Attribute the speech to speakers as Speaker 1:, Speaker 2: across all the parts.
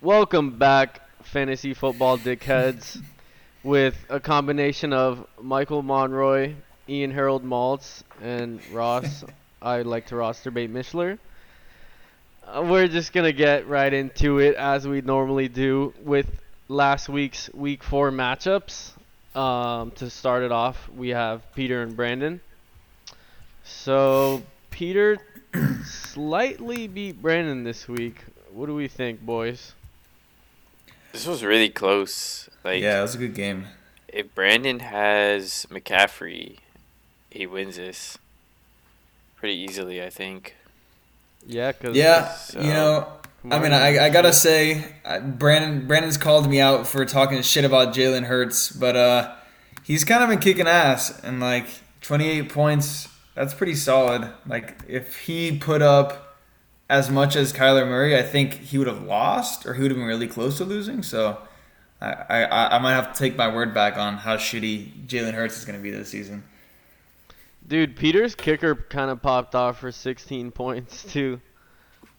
Speaker 1: Welcome back, fantasy football dickheads, with a combination of Michael Monroy, Ian Harold Maltz, and Ross. I'd like to roster bait Mishler. Uh, we're just gonna get right into it as we normally do with last week's week four matchups. Um, to start it off, we have Peter and Brandon. So Peter slightly beat Brandon this week. What do we think, boys?
Speaker 2: This was really close. Like
Speaker 3: yeah, it was a good game.
Speaker 2: if Brandon has McCaffrey, he wins this pretty easily, I think.
Speaker 1: Yeah, cause
Speaker 3: Yeah,
Speaker 2: So-
Speaker 3: you know, I mean,
Speaker 1: Kamara-
Speaker 3: I, I gotta say, I- Brandon Brandon's called me out for talking shit about Jalen Hurts, but uh, he's kind of been kicking ass, and like 28 points, that's pretty solid. Like if he put up as much as Kyler Murray, I think he would have lost, or he would have been really close to losing. So. I, I, I- I might have to take my word back on how shitty Jalen Hurts is going to be this season.
Speaker 1: dude, Peter's kicker kind of popped off for 16 points too.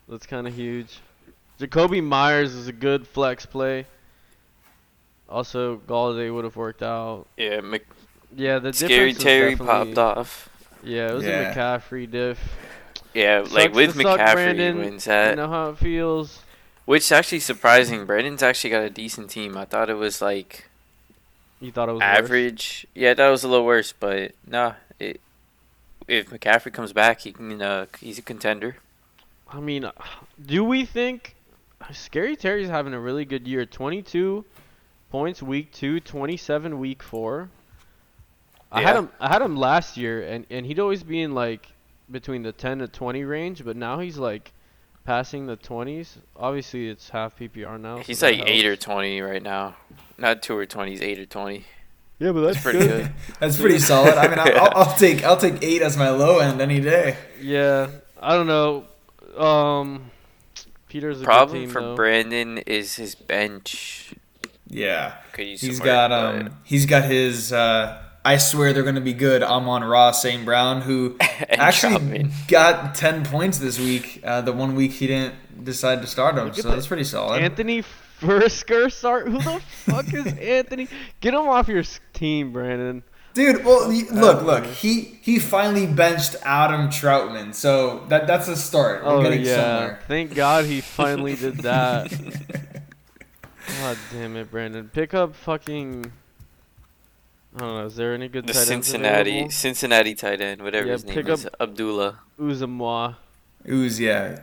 Speaker 1: That's kind of huge. Jacoby Myers is a good flex play. Also, Galladay would have worked out.
Speaker 2: Yeah, Mc-
Speaker 1: Yeah, the
Speaker 2: Scary
Speaker 1: difference was
Speaker 2: Terry
Speaker 1: definitely-
Speaker 2: popped off.
Speaker 1: Yeah, it was
Speaker 3: Yeah.
Speaker 1: a McCaffrey diff.
Speaker 2: Yeah, like
Speaker 1: Sucks
Speaker 2: with
Speaker 1: to suck,
Speaker 2: McCaffrey
Speaker 1: Brandon.
Speaker 2: wins
Speaker 1: You
Speaker 2: that,
Speaker 1: know how it feels.
Speaker 2: which is actually surprising. Brandon's actually got a decent team. I thought it was like
Speaker 1: You thought it was worse?
Speaker 2: average. Yeah, I thought it was a little worse, but nah. It, if McCaffrey comes back, he can. Uh, he's a contender.
Speaker 1: I mean, uh, do we think uh, Scary Terry's having a really good year? 22 points week 2, 27 week 4. I had
Speaker 2: Yeah.
Speaker 1: him I had him last year and and he'd always be in like between the 10 to 20 range, but now he's like passing the 20s. Obviously, it's half PPR now. so
Speaker 2: He's
Speaker 1: Oh, that
Speaker 2: like eight or
Speaker 1: helps.
Speaker 2: twenty right now. Not two or twenty. He's eight or twenty.
Speaker 1: Yeah, but
Speaker 2: That's pretty good.
Speaker 3: That's pretty solid. I mean, I- I'll, I'll take I'll take eight as my low end any day.
Speaker 1: Yeah, I don't know. Um Peter's a
Speaker 2: problem
Speaker 1: good team
Speaker 2: for
Speaker 1: though.
Speaker 2: Brandon is his bench.
Speaker 3: Yeah,
Speaker 2: Could use
Speaker 3: He's
Speaker 2: some
Speaker 3: got
Speaker 2: work,
Speaker 3: um he's got his uh I swear they're gonna be good Amon Ross St. Brown who
Speaker 2: but- and
Speaker 3: actually
Speaker 2: Troutman.
Speaker 3: got ten points this week, uh the one week he didn't decide to start him,
Speaker 1: Look at
Speaker 3: so
Speaker 1: that.
Speaker 3: that's pretty solid.
Speaker 1: Anthony Fursker start? Who the fuck is Anthony? Get him off your s- team, Brandon.
Speaker 3: Dude, well y- look, look, he he finally benched Adam Troutman, so that that's a start. We're
Speaker 1: Oh
Speaker 3: getting
Speaker 1: yeah,
Speaker 3: somewhere.
Speaker 1: thank God he finally did that. God damn it, Brandon. Pick up fucking. I don't know. Is there any good
Speaker 2: the
Speaker 1: tight ends
Speaker 2: Cincinnati
Speaker 1: available?
Speaker 2: Cincinnati tight end, whatever
Speaker 1: Yeah,
Speaker 2: his name
Speaker 1: pick
Speaker 2: is, Abdullah.
Speaker 1: Uzumwa,
Speaker 3: Uz yeah.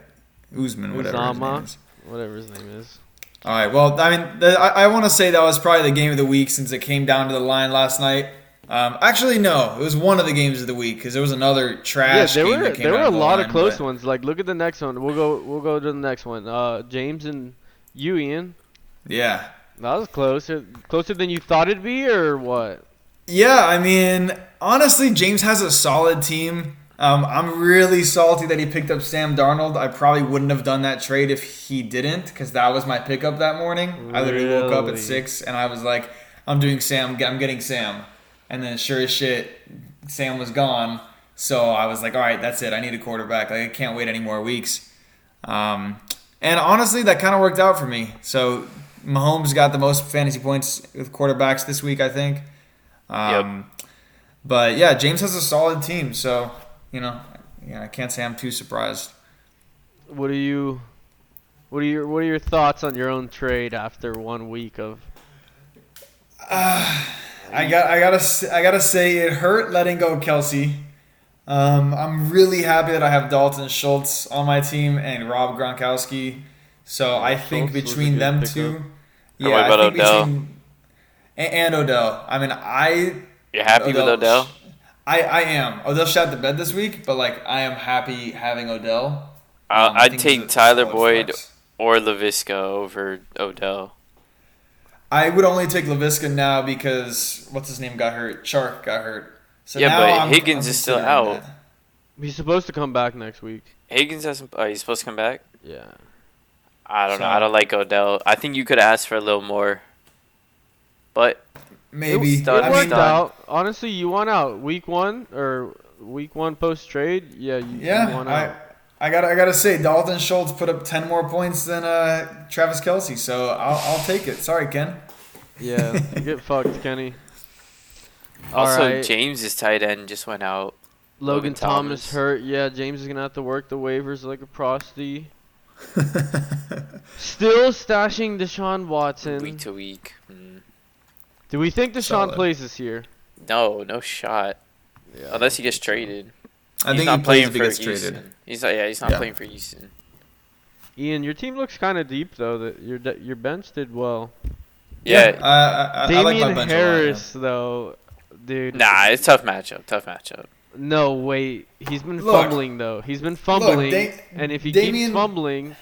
Speaker 3: Uzman, whatever. his
Speaker 1: Uzama.
Speaker 3: name is.
Speaker 1: whatever his name is.
Speaker 3: All right. Well, I mean, the, I, I want to say that was probably the game of the week since it came down to the line last night. Um, actually, no, it was one of the games of the week because there was another trash
Speaker 1: yeah, there
Speaker 3: game
Speaker 1: were
Speaker 3: that came
Speaker 1: there
Speaker 3: down
Speaker 1: were a
Speaker 3: to the
Speaker 1: lot
Speaker 3: line,
Speaker 1: of close
Speaker 3: but-
Speaker 1: ones. Like look at the next one. We'll go we'll go to the next one. Uh, James and you, Ian.
Speaker 3: Yeah.
Speaker 1: That was closer closer than you thought it'd be, or what?
Speaker 3: Yeah, I mean, honestly, James has a solid team. Um, I'm really salty that he picked up Sam Darnold. I probably wouldn't have done that trade if he didn't, because that was my pickup that morning. I literally woke up at
Speaker 1: Really?
Speaker 3: six and I was like, "I'm doing Sam. I'm getting Sam." And then, sure as shit, Sam was gone. So I was like, "All right, that's it. I need a quarterback. Like, I can't wait any more weeks." Um, and honestly, that kind of worked out for me. So Mahomes got the most fantasy points with quarterbacks this week, I think. Um, But yeah, James has a solid team, so you know, yeah, I can't say I'm too surprised.
Speaker 1: What are you? What are your What are your thoughts on your own trade after one week of?
Speaker 3: I got, I gotta, s- I gotta say, it hurt letting go of Kelsey. Um, I'm really happy that I have Dalton Schultz on my team and Rob Gronkowski. So I think
Speaker 1: Schultz was a
Speaker 3: between
Speaker 1: good
Speaker 3: them
Speaker 1: pickup.
Speaker 3: two,
Speaker 2: And what about Odell?
Speaker 3: between and, and Odell. I mean, I
Speaker 2: You're happy with Odell?
Speaker 3: I, I am. Odell shot the bed this week, but like I am happy having Odell.
Speaker 2: I
Speaker 3: Um, I
Speaker 2: I'd
Speaker 3: think
Speaker 2: take
Speaker 3: he's a
Speaker 2: Tyler
Speaker 3: solid
Speaker 2: Boyd
Speaker 3: flex.
Speaker 2: or Lavisca over Odell.
Speaker 3: I would only take Lavisca now because what's his name got hurt. Shark got hurt. So
Speaker 2: Yeah,
Speaker 3: now
Speaker 2: but
Speaker 3: I'm-
Speaker 2: Higgins
Speaker 3: I'm
Speaker 2: is still
Speaker 3: considering
Speaker 2: out.
Speaker 3: that.
Speaker 1: He's supposed to come back next week.
Speaker 2: Higgins hasn't. Are you supposed to come back?
Speaker 1: Yeah.
Speaker 2: I don't know.
Speaker 3: So-
Speaker 2: I don't like Odell. I think you could ask for a little more. But
Speaker 3: Maybe.
Speaker 2: It Done,
Speaker 1: it worked
Speaker 2: done.
Speaker 1: out. Honestly, you won out week one or week one post trade. Yeah, you, you
Speaker 3: yeah,
Speaker 1: won
Speaker 3: I,
Speaker 1: out.
Speaker 3: I got I gotta say, Dalton Schultz put up ten more points than uh, Travis Kelsey, so I'll, I'll take it. Sorry, Ken.
Speaker 1: Yeah, get fucked, Kenny.
Speaker 2: Also,
Speaker 1: Alright,
Speaker 2: James's tight end just went out.
Speaker 1: Logan
Speaker 2: Logan
Speaker 1: Thomas.
Speaker 2: Thomas.
Speaker 1: hurt. Yeah, James is gonna have to work the waivers like a prosty. Still stashing Deshaun Watson.
Speaker 2: week to week. Mm.
Speaker 1: Do we think Deshaun
Speaker 3: Solid.
Speaker 1: plays this year?
Speaker 2: No, no shot. Unless he gets traded.
Speaker 3: I
Speaker 2: he's
Speaker 3: think
Speaker 2: not
Speaker 3: he plays
Speaker 2: playing
Speaker 3: if he
Speaker 2: for
Speaker 3: gets
Speaker 2: Houston.
Speaker 3: traded.
Speaker 2: He's not, yeah, he's not
Speaker 3: Yeah.
Speaker 2: playing for Houston.
Speaker 1: Ian, your team looks kind of deep though. That your de- your bench did well.
Speaker 2: Yeah.
Speaker 3: I, I, I, I like my
Speaker 1: Damian
Speaker 3: bench
Speaker 1: Harris though, dude.
Speaker 2: Nah, it's tough matchup. Tough matchup.
Speaker 1: No wait, he's been
Speaker 3: Look.
Speaker 1: fumbling though. He's been fumbling,
Speaker 3: Da-
Speaker 1: and if he keeps
Speaker 3: Damian-
Speaker 1: fumbling,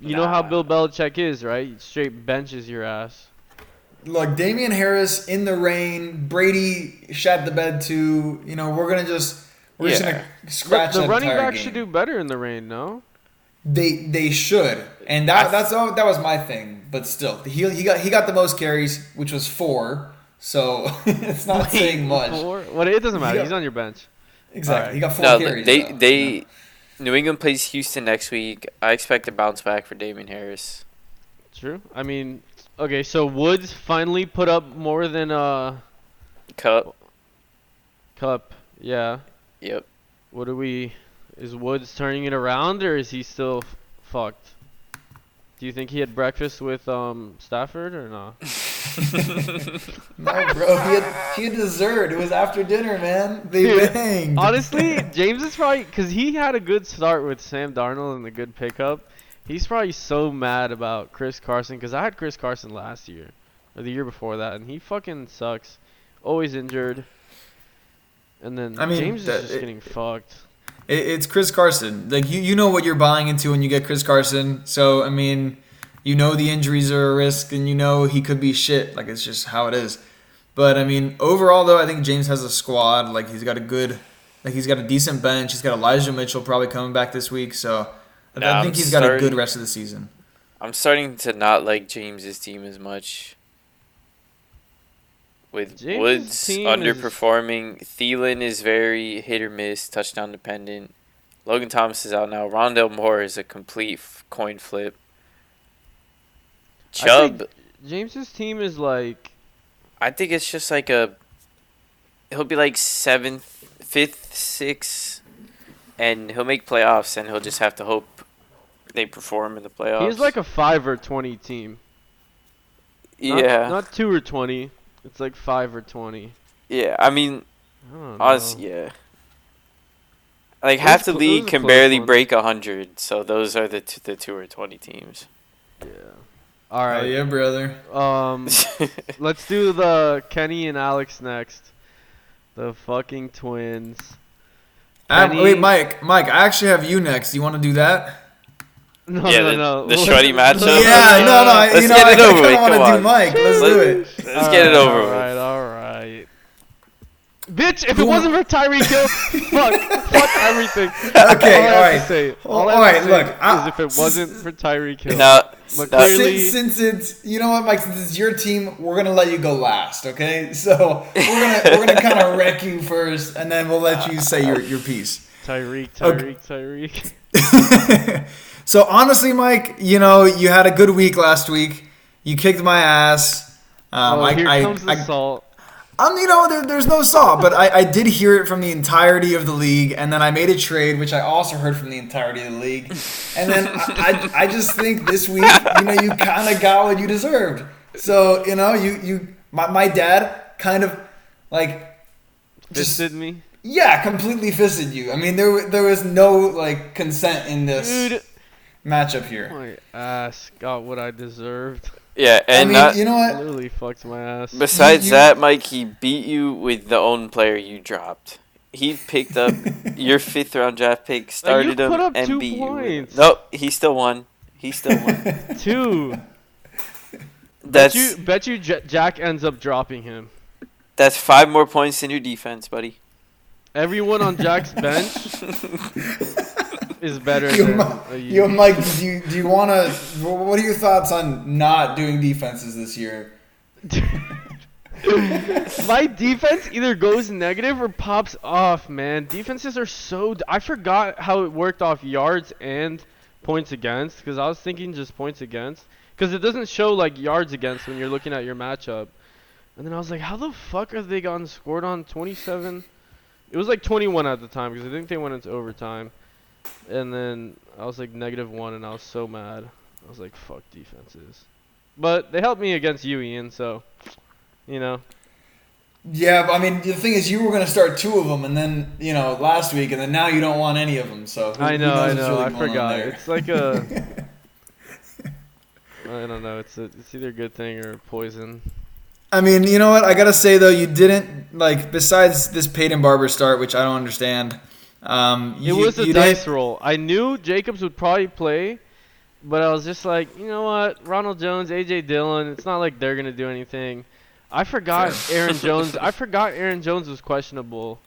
Speaker 1: you know how
Speaker 2: Nah.
Speaker 1: Bill Belichick is, right? Straight benches your ass.
Speaker 3: A lot, yeah. Look, Damian Harris in the rain. Brady shat the bed too. You know, we're gonna just we're just
Speaker 2: Yeah.
Speaker 3: gonna
Speaker 1: The,
Speaker 3: scratch
Speaker 1: the
Speaker 3: that
Speaker 1: running
Speaker 3: entire
Speaker 1: backs
Speaker 3: game.
Speaker 1: should do better in the rain, no?
Speaker 3: They they should, and that
Speaker 2: I-
Speaker 3: that's all, that was my thing. But still, he he got he got the most carries, which was four. So it's not saying much.
Speaker 1: Four? What? It doesn't matter.
Speaker 3: Yeah.
Speaker 1: He's on your bench.
Speaker 3: Exactly, he got four
Speaker 2: No,
Speaker 3: carries.
Speaker 2: they
Speaker 3: though.
Speaker 2: they
Speaker 3: Yeah.
Speaker 2: New England plays Houston next week. I expect a bounce back for Damon Harris.
Speaker 1: True. I mean, okay. So Woods finally put up more than uh
Speaker 2: Cup.
Speaker 1: cup. Yeah.
Speaker 2: Yep.
Speaker 1: What do we? Is Woods turning it around, or is he still f- fucked? Do you think he had breakfast with um Stafford or not?
Speaker 3: No, bro, he had, he had dessert. It was after dinner, man. They
Speaker 1: Dude,
Speaker 3: banged.
Speaker 1: Honestly, James is probably because he had a good start with Sam Darnold and the good pickup. He's probably so mad about Chris Carson because I had Chris Carson last year or the year before that, and he fucking sucks. Always injured. And then
Speaker 3: I mean,
Speaker 1: James
Speaker 3: that-
Speaker 1: is just
Speaker 3: it-
Speaker 1: getting fucked.
Speaker 3: It, it's Chris Carson. Like you, you know what you're buying into when you get Chris Carson. So I mean, you know the injuries are a risk, and you know he could be shit. Like it's just how it is. But I mean, overall though, I think James has a squad. Like he's got a good, like he's got a decent bench. He's got Elijah Mitchell probably coming back this week. So I-
Speaker 2: Nah,
Speaker 3: I
Speaker 2: I'm
Speaker 3: think he's got a good
Speaker 2: starting-
Speaker 3: rest of the season.
Speaker 2: I'm starting to not like James's team as much. With
Speaker 1: James's
Speaker 2: Woods
Speaker 1: team
Speaker 2: underperforming, Thielen is very hit or miss, touchdown dependent. Logan Thomas is out now. Rondell Moore is a complete f- coin flip. Chubb, I think,
Speaker 1: James's team is like
Speaker 2: it's just like a. He'll be like seventh, fifth, sixth, and he'll make playoffs, and he'll just have to hope they perform in the playoffs.
Speaker 1: he's like a five or twenty team. Not-
Speaker 2: yeah,
Speaker 1: Not two or twenty. It's like five or twenty.
Speaker 2: yeah. I mean,
Speaker 1: I don't know.
Speaker 2: Honestly, yeah. Like
Speaker 1: It was
Speaker 2: half the
Speaker 1: clo- it
Speaker 2: league
Speaker 1: was a
Speaker 2: can
Speaker 1: close
Speaker 2: barely
Speaker 1: one.
Speaker 2: break a hundred, so those are the t- the two or twenty teams.
Speaker 1: Yeah. All
Speaker 3: Oh
Speaker 1: right.
Speaker 3: yeah, brother. Oh,
Speaker 1: Um. Let's do the Kenny and Alex next. The fucking twins.
Speaker 3: Ah,
Speaker 1: Penny-
Speaker 3: wait, Mike, Mike, I actually have you next. You want to do that?
Speaker 1: No,
Speaker 2: Yeah,
Speaker 1: no,
Speaker 2: the-
Speaker 1: no.
Speaker 2: the shoddy matchup? No,
Speaker 3: yeah, no, no. I-
Speaker 1: uh,
Speaker 2: Let's
Speaker 3: you know,
Speaker 2: get
Speaker 3: I
Speaker 2: it over
Speaker 3: kind
Speaker 2: with,
Speaker 3: of want
Speaker 2: come
Speaker 3: to do
Speaker 2: on.
Speaker 3: Mike. Let's do it.
Speaker 2: Let's, let's get it over
Speaker 1: All
Speaker 2: with.
Speaker 1: right, all right. Bitch, if
Speaker 3: Who-
Speaker 1: it wasn't for Tyreek Hill, fuck, fuck everything.
Speaker 3: Okay,
Speaker 1: all I have
Speaker 3: alright.
Speaker 1: to say,
Speaker 3: Well,
Speaker 1: all I
Speaker 3: alright,
Speaker 1: have to
Speaker 3: look,
Speaker 1: say
Speaker 3: I-
Speaker 1: is if it wasn't for Tyreek Hill,
Speaker 2: Now,
Speaker 1: But
Speaker 2: now-
Speaker 1: clearly-
Speaker 3: Since, since it's you know what, Mike, since it's your team, we're gonna let you go last, okay? So we're gonna we're gonna kind of wreck you first, and then we'll let you say your your piece.
Speaker 1: Tyreek,
Speaker 3: Okay.
Speaker 1: Tyreek, Tyreek.
Speaker 3: so honestly, Mike, you know you had a good week last week. You kicked my ass. Um,
Speaker 1: oh,
Speaker 3: I,
Speaker 1: here
Speaker 3: I,
Speaker 1: comes the
Speaker 3: I,
Speaker 1: salt.
Speaker 3: um, you know, there, there's no saw, but I, I did hear it from the entirety of the league, and then I made a trade, which I also heard from the entirety of the league, and then I, I, I just think this week, you know, you kind of got what you deserved. So you know, you you my, my dad kind of like just
Speaker 1: Fisted me.
Speaker 3: yeah, completely fisted you. I mean, there wa- there was no like consent in this
Speaker 1: Dude,
Speaker 3: matchup here.
Speaker 1: my ass got what I deserved.
Speaker 2: yeah,
Speaker 3: I
Speaker 2: and
Speaker 3: mean,
Speaker 2: not,
Speaker 3: you know what?
Speaker 1: Literally fucked my ass.
Speaker 2: besides
Speaker 3: you-
Speaker 2: that, Mike, he beat you with the own player you dropped. He picked up your fifth round draft pick, started
Speaker 1: put
Speaker 2: him,
Speaker 1: up
Speaker 2: and
Speaker 1: two
Speaker 2: beat you. with
Speaker 1: points.
Speaker 2: him. Nope, he still won. He still won.
Speaker 1: Two. bet
Speaker 2: That's
Speaker 1: you, bet you J- Jack ends up dropping him.
Speaker 2: that's five more points than your defense, buddy.
Speaker 1: Everyone on Jack's bench is better
Speaker 3: Yo,
Speaker 1: than
Speaker 3: Mi-
Speaker 1: a you.
Speaker 3: yo, Mike, do you, do you want to? What are your thoughts on not doing defenses this year?
Speaker 1: My defense either goes negative or pops off, man. Defenses are so. D- I forgot how it worked off yards and points against because I was thinking just points against because it doesn't show like yards against when you're looking at your matchup. And then I was like, how the fuck have they gotten scored on 27? It was like 21 at the time because I think they went into overtime. And then I was like negative one, and I was so mad. I was like, fuck defenses. But they helped me against you, Ian. So, you know,
Speaker 3: Yeah, but I mean, the thing is, you were going to start two of them, and then you know last week, and then now you don't want any of them. So who-
Speaker 1: I
Speaker 3: who
Speaker 1: know,
Speaker 3: knows
Speaker 1: I
Speaker 3: what's
Speaker 1: know,
Speaker 3: really
Speaker 1: I
Speaker 3: going on
Speaker 1: forgot.
Speaker 3: there.
Speaker 1: It's like a, I don't know. It's a, it's either a good thing or poison.
Speaker 3: I mean, you know what? I gotta say though, you didn't like. Besides this Peyton Barber start, which I don't understand. Um,
Speaker 1: It was a dice roll. I knew Jacobs would probably play, but I was just like, you know what? Ronald Jones, AJ Dillon. It's not like they're gonna do anything. I forgot Aaron Jones. I forgot Aaron Jones was questionable.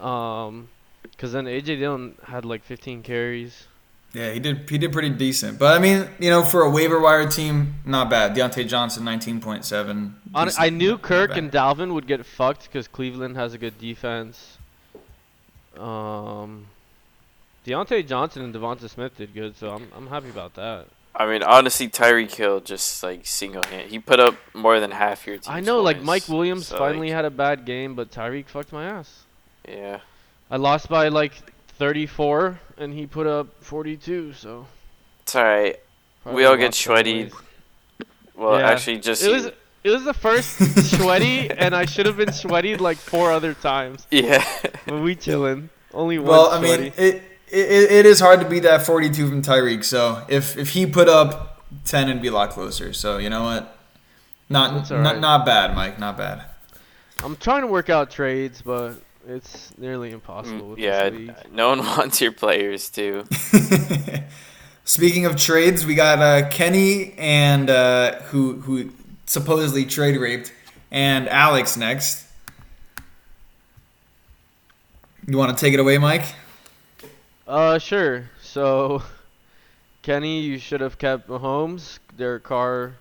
Speaker 1: Um, because then AJ Dillon had like 15 carries.
Speaker 3: Yeah, he did. He did pretty decent, but I mean, you know, for a waiver wire team, not bad. Deontay Johnson, nineteen point seven.
Speaker 1: On, I knew Kirk and Dalvin would get fucked because Cleveland has a good defense. Um, Deontay Johnson and Devonta Smith did good, so I'm I'm happy about that.
Speaker 2: I mean, honestly, Tyreek Hill just like single hand. He put up more than half your team.
Speaker 1: I know, like Mike Williams finally had a bad game, but Tyreek fucked my ass.
Speaker 2: Yeah.
Speaker 1: I lost by like 34, and he put up 42. So
Speaker 2: It's alright.
Speaker 1: probably
Speaker 2: all get
Speaker 1: lost both
Speaker 2: sweaty.
Speaker 1: ways.
Speaker 2: Well,
Speaker 1: Yeah.
Speaker 2: actually, just
Speaker 1: It was it was the first sweaty, and I should have been sweaty like four other times.
Speaker 2: yeah.
Speaker 1: But we chilling. Only one
Speaker 3: Well, I
Speaker 1: sweaty.
Speaker 3: mean, it, it it is hard to beat that forty-two from Tyreek. So if if he put up ten, it'd be a lot closer. So you know what? Not
Speaker 1: That's all
Speaker 3: not
Speaker 1: right.
Speaker 3: not bad, Mike. Not bad.
Speaker 1: I'm trying to work out trades, but it's nearly impossible.
Speaker 2: Mm,
Speaker 1: With
Speaker 2: yeah.
Speaker 1: This league.
Speaker 2: No one wants your players too.
Speaker 3: Speaking of trades, we got uh, Kenny and uh, who who supposedly trade raped, and Alex next. You want to take it away, Mike?
Speaker 1: Uh, sure. So, Kenny, you should have kept Mahomes. Derek Carr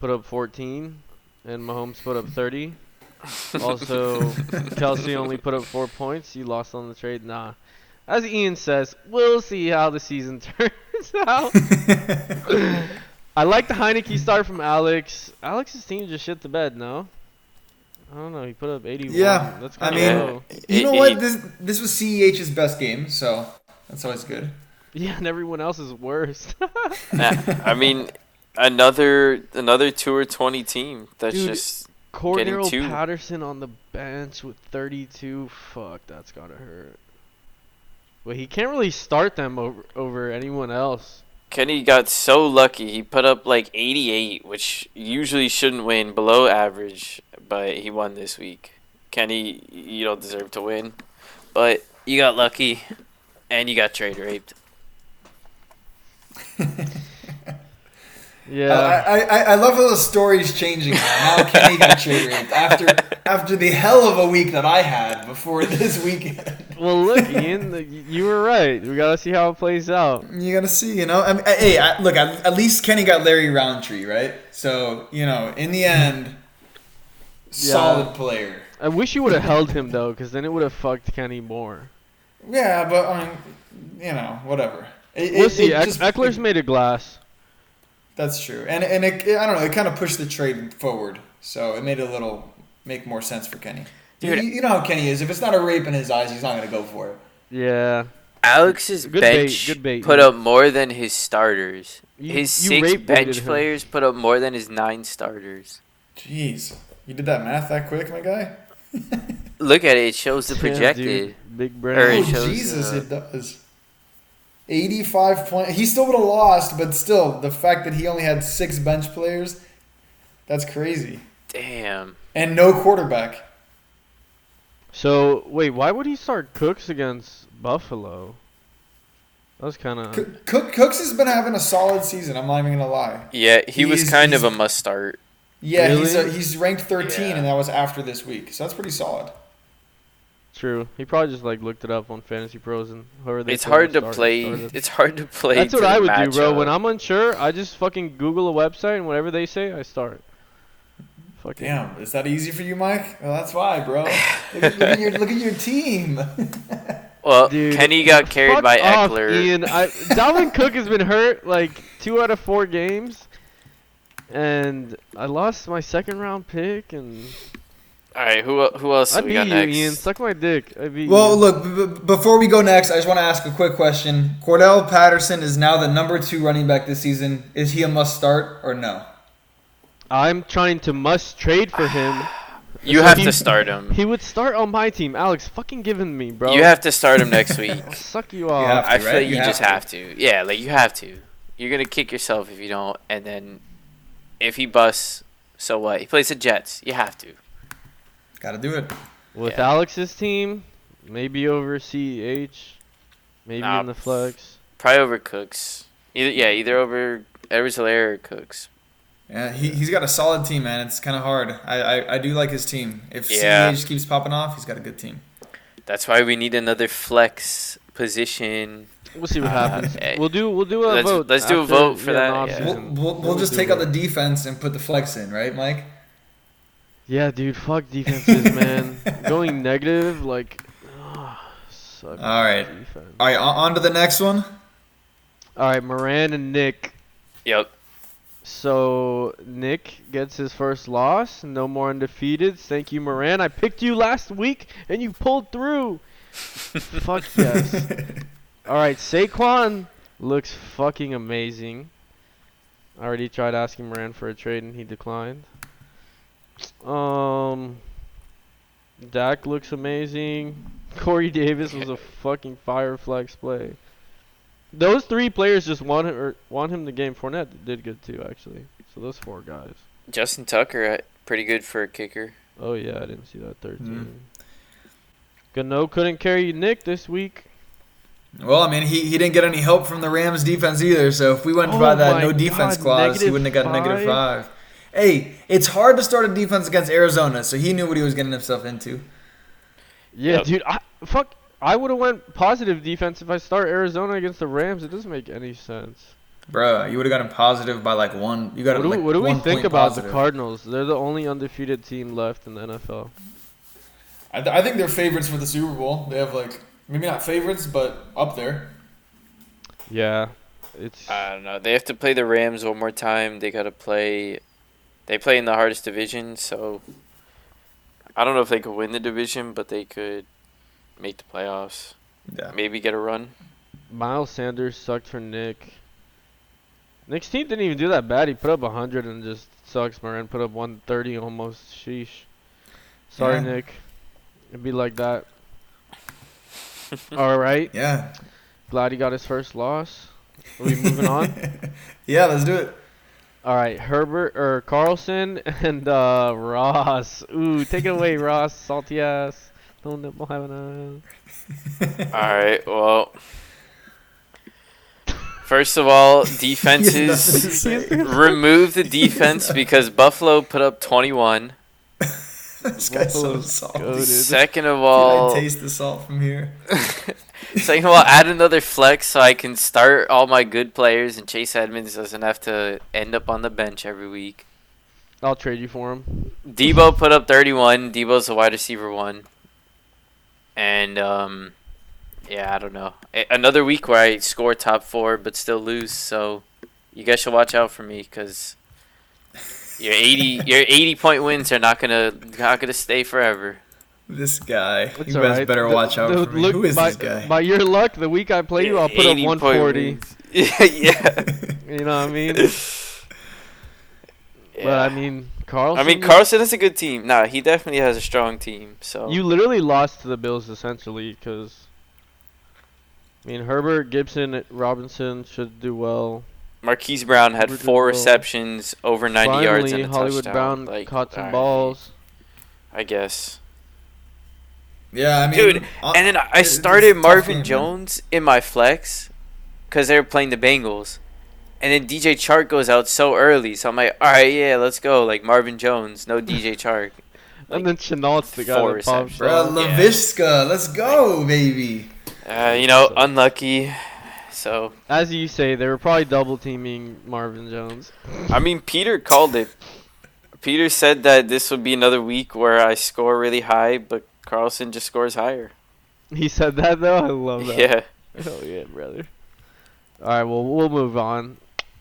Speaker 1: put up 14, and Mahomes put up 30. Also, Kelsey only put up four points. You lost on the trade. Nah. As Ian says, we'll see how the season turns out. I like the Heineke start from Alex. Alex's team just shit the bed, no? I don't know. He put up 81.
Speaker 3: Yeah,
Speaker 1: That's
Speaker 3: I
Speaker 1: kind
Speaker 2: mean-
Speaker 1: of low.
Speaker 3: You know
Speaker 2: It-
Speaker 3: what?
Speaker 2: it-
Speaker 3: This this was CEH's best game, so that's always good.
Speaker 1: Yeah, and everyone else is worse.
Speaker 2: Nah, I mean, another another two or twenty team. That's
Speaker 1: Dude,
Speaker 2: just
Speaker 1: Cordero
Speaker 2: two.
Speaker 1: Patterson on the bench with 32. Fuck, that's gotta hurt. But he can't really start them over over anyone else.
Speaker 2: Kenny got so lucky. He put up like 88, which usually shouldn't win, below average, but he won this week. Kenny, you don't deserve to win, but you got lucky, and you got trade raped.
Speaker 1: Yeah,
Speaker 3: I, I, I- I love how the story's changing now. Now Kenny got trade raped after after the hell of a week that I had before this weekend.
Speaker 1: well, look, Ian, the- you were right. We gotta see how it plays out.
Speaker 3: You gotta see, you know. I mean, hey, I, look, at, at least Kenny got Larry Roundtree, right? So you know, in the end, solid player.
Speaker 1: I wish you would have held him though, because then it would have fucked Kenny more.
Speaker 3: Yeah, but I mean, you know, whatever. It,
Speaker 1: We'll
Speaker 3: it-
Speaker 1: see.
Speaker 3: it
Speaker 1: Eck-
Speaker 3: just-
Speaker 1: Eckler's made a glass.
Speaker 3: That's true, and and it, I don't know. It kind of pushed the trade forward, so it made it a little make more sense for Kenny. You,
Speaker 2: Dude.
Speaker 3: you know how Kenny is. If it's not a rape in his eyes, he's not gonna go for it.
Speaker 1: Yeah,
Speaker 2: Alex's
Speaker 1: Good bait,
Speaker 2: bench
Speaker 1: good bait,
Speaker 2: put
Speaker 1: yeah.
Speaker 2: up more than his starters.
Speaker 1: You-
Speaker 2: his
Speaker 1: you
Speaker 2: six
Speaker 1: rape baited
Speaker 2: bench
Speaker 1: him.
Speaker 2: players put up more than his nine starters.
Speaker 3: Jeez, you did that math that quick, my guy.
Speaker 2: Look at it; it shows the
Speaker 1: Damn, dude.
Speaker 2: projected.
Speaker 1: big
Speaker 2: Alright.
Speaker 1: brain.
Speaker 3: Oh,
Speaker 2: it shows,
Speaker 3: Jesus,
Speaker 2: uh,
Speaker 3: it does. 85 point. He still would have lost, but still, the fact that he only had six bench players, that's crazy.
Speaker 2: Damn.
Speaker 3: And no quarterback.
Speaker 1: So wait, why would he start Cooks against Buffalo? That was kind
Speaker 2: Uh.
Speaker 1: of.
Speaker 3: Cook, Cook, Cooks has been having a solid season. I'm not even gonna lie.
Speaker 2: Yeah, he was
Speaker 3: He's-
Speaker 2: kind
Speaker 3: he's-
Speaker 2: of a must start.
Speaker 3: Yeah, he's
Speaker 1: Really?
Speaker 3: a, he's ranked 13,
Speaker 2: Yeah.
Speaker 3: and that was after this week, so that's pretty solid.
Speaker 1: True. He probably just like looked it up on Fantasy Pros and whoever they
Speaker 2: It's
Speaker 1: told him
Speaker 2: hard to
Speaker 1: start,
Speaker 2: play.
Speaker 1: started.
Speaker 2: It's hard to play.
Speaker 1: That's what
Speaker 2: to
Speaker 1: I
Speaker 2: the
Speaker 1: would do, bro.
Speaker 2: matchup.
Speaker 1: When I'm unsure, I just fucking Google a website and whatever they say, I start. Fucking
Speaker 3: Damn, is that easy for you, Mike? Well, that's why, bro. Look at, look at your look at your team.
Speaker 2: Well,
Speaker 1: Dude,
Speaker 2: Kenny got carried
Speaker 1: Fuck
Speaker 2: by
Speaker 1: off,
Speaker 2: Eckler.
Speaker 1: Ian. I, Dalvin Cook has been hurt like two out of four games, and I lost my second round pick. And
Speaker 2: All right, who el- who else
Speaker 1: I
Speaker 2: do we
Speaker 1: beat
Speaker 2: got
Speaker 1: you,
Speaker 2: next?
Speaker 1: Ian. Suck my dick. I beat
Speaker 3: well,
Speaker 1: you.
Speaker 3: look. B- b- before we go next, I just want to ask a quick question. Cordell Patterson is now the number two running back this season. Is he a must start or no?
Speaker 1: I'm trying to must trade for him.
Speaker 2: you
Speaker 1: So
Speaker 2: have
Speaker 1: he-
Speaker 2: to start him.
Speaker 1: He would start on my team. Alex, fucking give him me, bro.
Speaker 2: You have to start him next week.
Speaker 1: I'll suck you off.
Speaker 3: have-
Speaker 2: I feel
Speaker 3: right?
Speaker 2: like
Speaker 3: You
Speaker 2: you,
Speaker 3: have
Speaker 2: just
Speaker 3: to.
Speaker 2: have to. Yeah, like you have to. You're gonna kick yourself if you don't. And then, if he busts, so what? He plays the Jets. You have to.
Speaker 3: Got to do it.
Speaker 1: With
Speaker 2: Yeah.
Speaker 1: Alex's team, maybe over CEH, maybe
Speaker 2: Nah.
Speaker 1: in the flex.
Speaker 2: Probably over Cooks. Either yeah, either over Edwards Hilaire or Cooks.
Speaker 3: Yeah, he, he's got a solid team, man. It's kind of hard. I, I, I do like his team. If
Speaker 2: Yeah.
Speaker 3: CEH just keeps popping off, he's got a good team.
Speaker 2: That's why we need another flex position.
Speaker 1: We'll see what
Speaker 3: Uh,
Speaker 1: happens.
Speaker 2: eh,
Speaker 1: We'll do we'll do a
Speaker 2: let's-
Speaker 1: vote.
Speaker 2: let's do a
Speaker 1: after
Speaker 2: vote for
Speaker 1: your
Speaker 2: that,
Speaker 1: offseason.
Speaker 2: yeah.
Speaker 3: We'll, we'll,
Speaker 1: Then
Speaker 3: we'll just
Speaker 1: do
Speaker 3: take
Speaker 1: a
Speaker 3: out the
Speaker 1: vote.
Speaker 3: defense and put the flex in, right, Mike?
Speaker 1: Yeah, dude, fuck defenses, man. Going negative, like, ah, suck
Speaker 3: All right.
Speaker 1: defense.
Speaker 3: All right, on, on to the next one.
Speaker 1: All right, Moran and Nick.
Speaker 2: Yep.
Speaker 1: So Nick gets his first loss. No more undefeateds. Thank you, Moran. I picked you last week, and you pulled through. Fuck yes. All right, Saquon looks fucking amazing. I already tried asking Moran for a trade, and he declined. Um, Dak looks amazing. Corey Davis was a fucking fire flex play. Those three players just want him, or want him the game. Fournette did good too, actually. So those four guys.
Speaker 2: Justin Tucker, uh, pretty good for a kicker.
Speaker 1: Oh yeah, I didn't see that thirteen. Gano couldn't carry Nick this week.
Speaker 3: Well, I mean, he, he didn't get any help from the Rams defense either. So if we went by
Speaker 1: Oh
Speaker 3: that
Speaker 1: my
Speaker 3: no defense
Speaker 1: God,
Speaker 3: clause, he
Speaker 1: negative
Speaker 3: wouldn't have gotten negative
Speaker 1: five?
Speaker 3: five. Hey, it's hard to start a defense against Arizona, so he knew what he was getting himself into.
Speaker 1: Yeah,
Speaker 2: Yep.
Speaker 1: dude. I fuck. I would have went positive defense if I start Arizona against the Rams. It doesn't make any sense.
Speaker 3: Bruh, you would have gotten positive by like one. You got
Speaker 1: What do, we-
Speaker 3: like
Speaker 1: what do we
Speaker 3: one
Speaker 1: think
Speaker 3: point
Speaker 1: about
Speaker 3: positive.
Speaker 1: the Cardinals? They're the only undefeated team left in the NFL.
Speaker 3: I, th- I think they're favorites for the Super Bowl. They have like maybe not favorites, but up there.
Speaker 1: Yeah, it's
Speaker 2: I don't know. They have to play the Rams one more time. They gotta play. They play in the hardest division, so I don't know if they could win the division, but they could make the playoffs.
Speaker 3: Yeah.
Speaker 2: Maybe get a run.
Speaker 1: Miles Sanders sucked for Nick. Nick's team didn't even do that bad. He put up 100 and just sucks. Moran put up 130 almost. Sheesh. Sorry,
Speaker 3: Yeah.
Speaker 1: Nick. It'd be like that. All right.
Speaker 3: Yeah.
Speaker 1: Glad he got his first loss. Are we moving on?
Speaker 3: Yeah, let's do it.
Speaker 1: All right, Herbert or Carlson and uh, Ross. Ooh, take it away, Ross. Salty ass. Don't nipple have an
Speaker 2: All right. Well, first of all, defenses. remove the defense because Buffalo put up 21.
Speaker 3: this guy's so
Speaker 1: Buffalo's
Speaker 3: salty.
Speaker 1: goated.
Speaker 3: Dude,
Speaker 2: Second of
Speaker 3: I
Speaker 2: all,
Speaker 3: taste the salt from here.
Speaker 2: second of all, add another flex so I can start all my good players and Chase Edmonds doesn't have to end up on the bench every week.
Speaker 1: I'll trade you for him.
Speaker 2: Debo put up 31. Debo's the wide receiver one. And um, yeah, I don't know. A- Another week where I score top four but still lose. So you guys should watch out for me because your 80 your 80 point wins are not gonna not gonna stay forever.
Speaker 3: This guy.
Speaker 1: It's
Speaker 3: you
Speaker 1: all
Speaker 3: guys
Speaker 1: right.
Speaker 3: better
Speaker 1: The-
Speaker 3: watch out
Speaker 1: the
Speaker 3: for me.
Speaker 1: look-
Speaker 3: Who is
Speaker 1: by,
Speaker 3: this guy?
Speaker 1: By your luck, the week I play you, I'll put up
Speaker 2: 80 point
Speaker 1: 140.
Speaker 2: wins. yeah, yeah.
Speaker 1: You know what I mean? But I mean, Carlson.
Speaker 2: I mean, Carlson is a good team. Nah, he definitely has a strong team. So
Speaker 1: You literally lost to the Bills essentially because. I mean, Herbert, Gibson, Robinson should do well.
Speaker 2: Marquise Brown had
Speaker 1: We're doing
Speaker 2: four
Speaker 1: well.
Speaker 2: receptions, over 90
Speaker 1: Finally,
Speaker 2: yards, and a
Speaker 1: Hollywood Brown
Speaker 2: touchdown. Like,
Speaker 1: caught some
Speaker 2: alright,
Speaker 1: balls.
Speaker 2: I guess.
Speaker 3: yeah, I mean,
Speaker 2: Dude,
Speaker 3: uh,
Speaker 2: and then I- I
Speaker 3: it's- it's a
Speaker 2: started
Speaker 3: tough
Speaker 2: Marvin
Speaker 3: game, man.
Speaker 2: Jones in my flex because they were playing the Bengals. And then DJ Chark goes out so early. So I'm like, all right, yeah, let's go. Like Marvin Jones, no DJ Chark.
Speaker 1: and then Chenault's the guy
Speaker 2: four
Speaker 1: that pops
Speaker 2: receptions.
Speaker 3: Bruh,
Speaker 1: up.
Speaker 2: Yeah.
Speaker 3: Laviska, let's go, baby.
Speaker 2: Uh, you know, unlucky. So,
Speaker 1: As you say, they were probably double teaming Marvin Jones.
Speaker 2: I mean, Peter called it Peter said that this would be another week where I score really high, but Carlson just scores higher.
Speaker 1: He said that though. I love that.
Speaker 2: Yeah.
Speaker 1: Hell yeah, brother. All right. Well, we'll move on.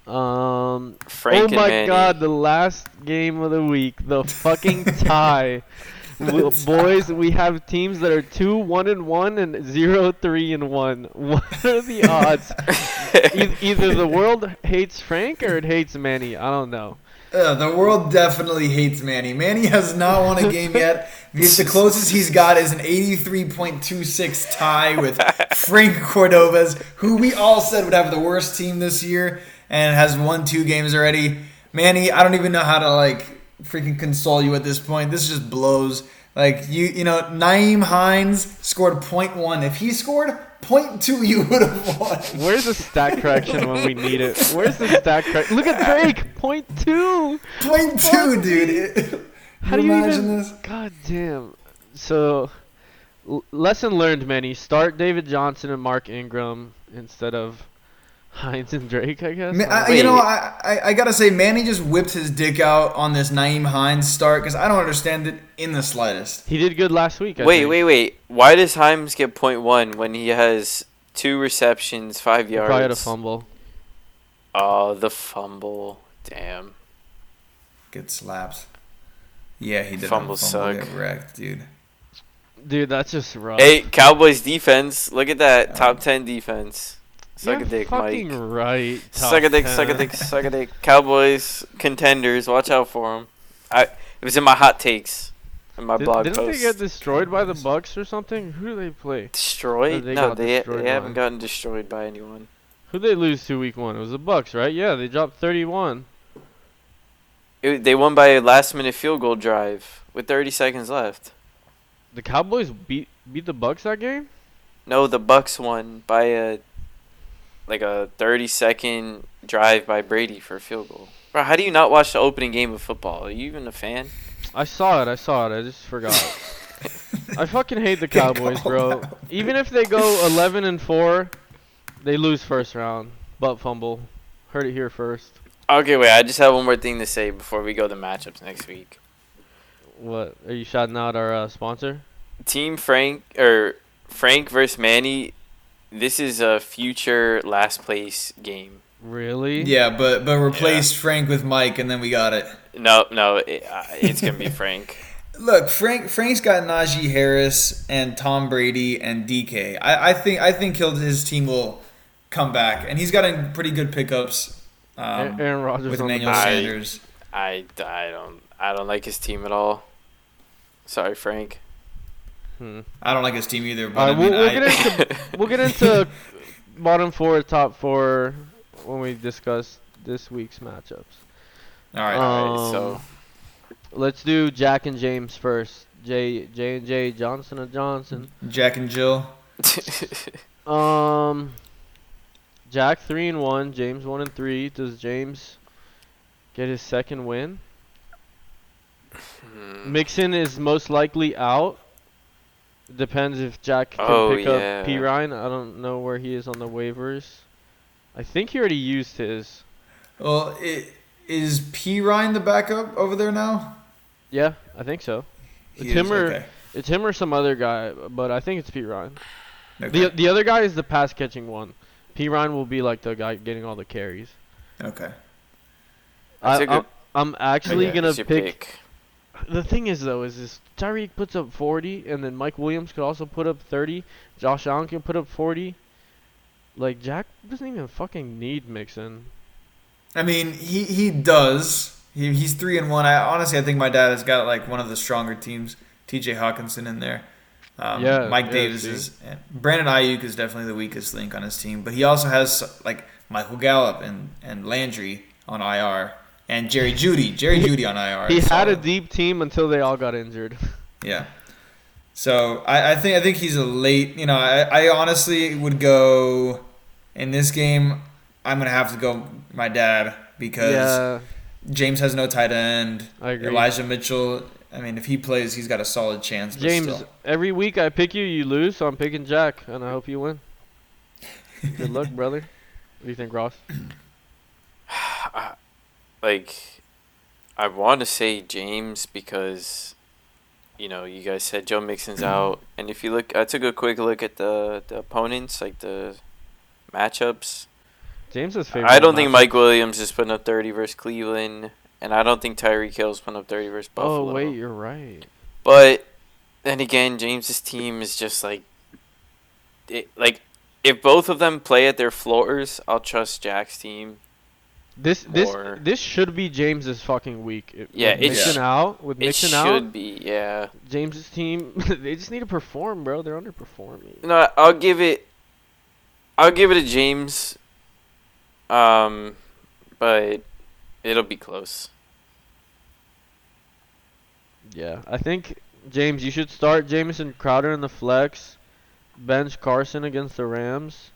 Speaker 1: Um.
Speaker 2: Frank
Speaker 1: oh my
Speaker 2: and Manny.
Speaker 1: god, the last game of the week, the fucking tie. Well, boys, we have teams that are two one and one and zero three and one. What are the odds? E- either the world hates Frank or it hates Manny. I don't know.
Speaker 3: Uh, the world definitely hates Manny. Manny has not won a game yet. The, the closest he's got is an 83.26 tie with Frank Cordovas, who we all said would have the worst team this year and has won two games already. Manny, I don't even know how to like freaking console you at this point. This just blows. Like you, you know, Naeem Hines scored 0.1. If he scored 0.2, you would have won.
Speaker 1: Where's the stat correction when we need it? Where's the stat correction? Look at Drake, point two.
Speaker 3: Point two, dude.
Speaker 1: How do you even? God damn. So, l- lesson learned, Manny. Start David Johnson and Mark Ingram instead of Hines and Drake. I guess.
Speaker 3: Ma-
Speaker 1: I
Speaker 3: I,
Speaker 1: don't
Speaker 3: you know,
Speaker 2: Wait.
Speaker 3: I, I, I gotta say, Manny just whipped his dick out on this Naeem Hines start because I don't understand it in the slightest.
Speaker 1: He did good last week. I
Speaker 2: wait,
Speaker 1: think.
Speaker 2: wait, wait. Why does Himes get point one when he has two receptions, five
Speaker 1: He Probably had a
Speaker 2: yards?
Speaker 1: fumble.
Speaker 2: Oh, the fumble. Damn.
Speaker 3: Get slapped. Yeah, he did.
Speaker 2: Fumbles
Speaker 3: fumble,
Speaker 2: suck.
Speaker 3: Get wrecked, dude.
Speaker 1: Dude, that's just rough.
Speaker 2: Hey, Cowboys defense. Look at that.
Speaker 3: Yeah.
Speaker 2: Top 10 defense. Suck
Speaker 1: You're
Speaker 2: a dick, Mike.
Speaker 1: fucking right. top
Speaker 2: Suck a dick, suck a
Speaker 1: 10.
Speaker 2: dick, suck a dick. Cowboys contenders. Watch out for them. I, it was in my hot takes in my
Speaker 1: Did,
Speaker 2: blog
Speaker 1: didn't
Speaker 2: post.
Speaker 1: they get destroyed by the Bucks or something? Who do they play?
Speaker 2: destroyed?
Speaker 1: Oh, they
Speaker 2: no,
Speaker 1: got
Speaker 2: they,
Speaker 1: destroyed
Speaker 2: they haven't
Speaker 1: by-
Speaker 2: gotten destroyed by anyone.
Speaker 1: Who they lose to week one? It was the Bucks, right? Yeah, they dropped 31.
Speaker 2: It, they won by a last minute field goal drive with 30 seconds left.
Speaker 1: The Cowboys beat beat the Bucks that game.
Speaker 2: No, the Bucks won by a like a 30 second drive by Brady for a field goal. Bro, how do you not watch the opening game of football? Are you even a fan?
Speaker 1: I saw it. I saw it. I just forgot. I fucking hate the
Speaker 3: Get
Speaker 1: Cowboys, bro.
Speaker 3: called out.
Speaker 1: Even if they go 11 and 4, they lose first round. Butt fumble. Heard it here first.
Speaker 2: Okay, wait. I just have one more thing to say before we go to matchups next week.
Speaker 1: What? Are you shouting out our uh, sponsor?
Speaker 2: Team Frank or Frank versus Manny. This is a future last place game.
Speaker 1: Really?
Speaker 3: Yeah, but but replaced Frank with Mike, and then we got it.
Speaker 2: No, no, it, uh, it's gonna be Frank.
Speaker 3: Look, Frank. Frank's got Najee Harris and Tom Brady and DK. I, I think I think he'll his team will come back, and he's gotten pretty good pickups
Speaker 1: A-
Speaker 3: um,
Speaker 1: Aaron Rodgers
Speaker 3: with
Speaker 1: on the
Speaker 3: Emmanuel
Speaker 1: back.
Speaker 2: back.
Speaker 3: Sanders.
Speaker 2: I, I don't I don't like his team at all. Sorry, Frank.
Speaker 1: Hmm.
Speaker 3: I don't like his team either, but
Speaker 1: All
Speaker 3: I
Speaker 1: right, we'll,
Speaker 3: mean,
Speaker 1: we'll
Speaker 3: I-
Speaker 1: get into we'll get into bottom four, top four when we discuss this week's matchups.
Speaker 3: all right.
Speaker 2: Alright, so
Speaker 1: Um, Let's do Jack and James first. J J and J Johnson and Johnson.
Speaker 3: Jack and Jill.
Speaker 1: Um, Jack three and one, James one and three. Does James get his second win?
Speaker 2: hmm.
Speaker 1: Mixon is most likely out. Depends if Jack can
Speaker 2: Oh,
Speaker 1: pick
Speaker 2: yeah.
Speaker 1: up P Ryan. I don't know where he is on the waivers. I think he already used his.
Speaker 3: Well, i- is P Ryan the backup over there now?
Speaker 1: Yeah, I think so.
Speaker 3: He
Speaker 1: It's him
Speaker 3: is,
Speaker 1: or-
Speaker 3: okay.
Speaker 1: It's him or some other guy, but I think it's P Ryan.
Speaker 3: Okay.
Speaker 1: The the other guy is the pass catching one. P Ryan will be like the guy getting all the carries.
Speaker 3: okay.
Speaker 2: That's
Speaker 1: I,
Speaker 2: a good-
Speaker 1: I'm, I'm actually
Speaker 2: Okay,
Speaker 1: gonna
Speaker 2: it's your
Speaker 1: pick The thing is, though, is this Tyreek puts up 40, and then Mike Williams could also put up 30. Josh Allen can put up 40. Like Jack doesn't even fucking need Mixon.
Speaker 3: I mean, he he does. He, he's three and one. I honestly, I think my dad has got like one of the stronger teams. T.J. Hawkinson in there. Um,
Speaker 1: Yeah,
Speaker 3: Mike
Speaker 1: yeah,
Speaker 3: Davis
Speaker 1: see.
Speaker 3: is. and Brandon Ayuk is definitely the weakest link on his team, but he also has like Michael Gallup and and Landry on IR and Jerry Judy. Jerry Judy on IR.
Speaker 1: he
Speaker 3: so-
Speaker 1: had a deep team until they all got injured.
Speaker 3: Yeah. So I, I think I think he's a late. You know, I, I honestly would go in this game. I'm gonna have to go my dad because
Speaker 1: yeah,
Speaker 3: James has no tight end.
Speaker 1: I agree.
Speaker 3: Elijah Mitchell. I mean, if he plays, he's got a solid chance. But
Speaker 1: James,
Speaker 3: still.
Speaker 1: every week I pick you, you lose, so I'm picking Jack, and I hope you win. Good luck, brother. What do you think, Ross?
Speaker 2: Like, I want to say James because, you know, you guys said Joe Mixon's out, and if you look, I took a quick look at the the opponents, like the matchups.
Speaker 1: James's favorite.
Speaker 2: I don't think Mike Williams is putting up thirty versus Cleveland, and I don't think Tyreek Hill's putting up thirty versus Buffalo.
Speaker 1: Oh wait, you're right.
Speaker 2: But then again, James's team is just like, it, like if both of them play at their floors, I'll trust Jack's team.
Speaker 1: This this
Speaker 2: Or-
Speaker 1: this should be James's fucking week. It-
Speaker 2: Yeah,
Speaker 1: with
Speaker 2: it
Speaker 1: Mixon
Speaker 3: sh-
Speaker 1: out with Mixon
Speaker 2: it should
Speaker 1: out.
Speaker 2: be, yeah.
Speaker 1: James's team, they just need to perform, bro. They're underperforming.
Speaker 2: No, I'll give it. I'll give it to James. Um, but it'll be close.
Speaker 1: Yeah, I think James, you should start Jamison Crowder in the flex, bench Carson against the Rams,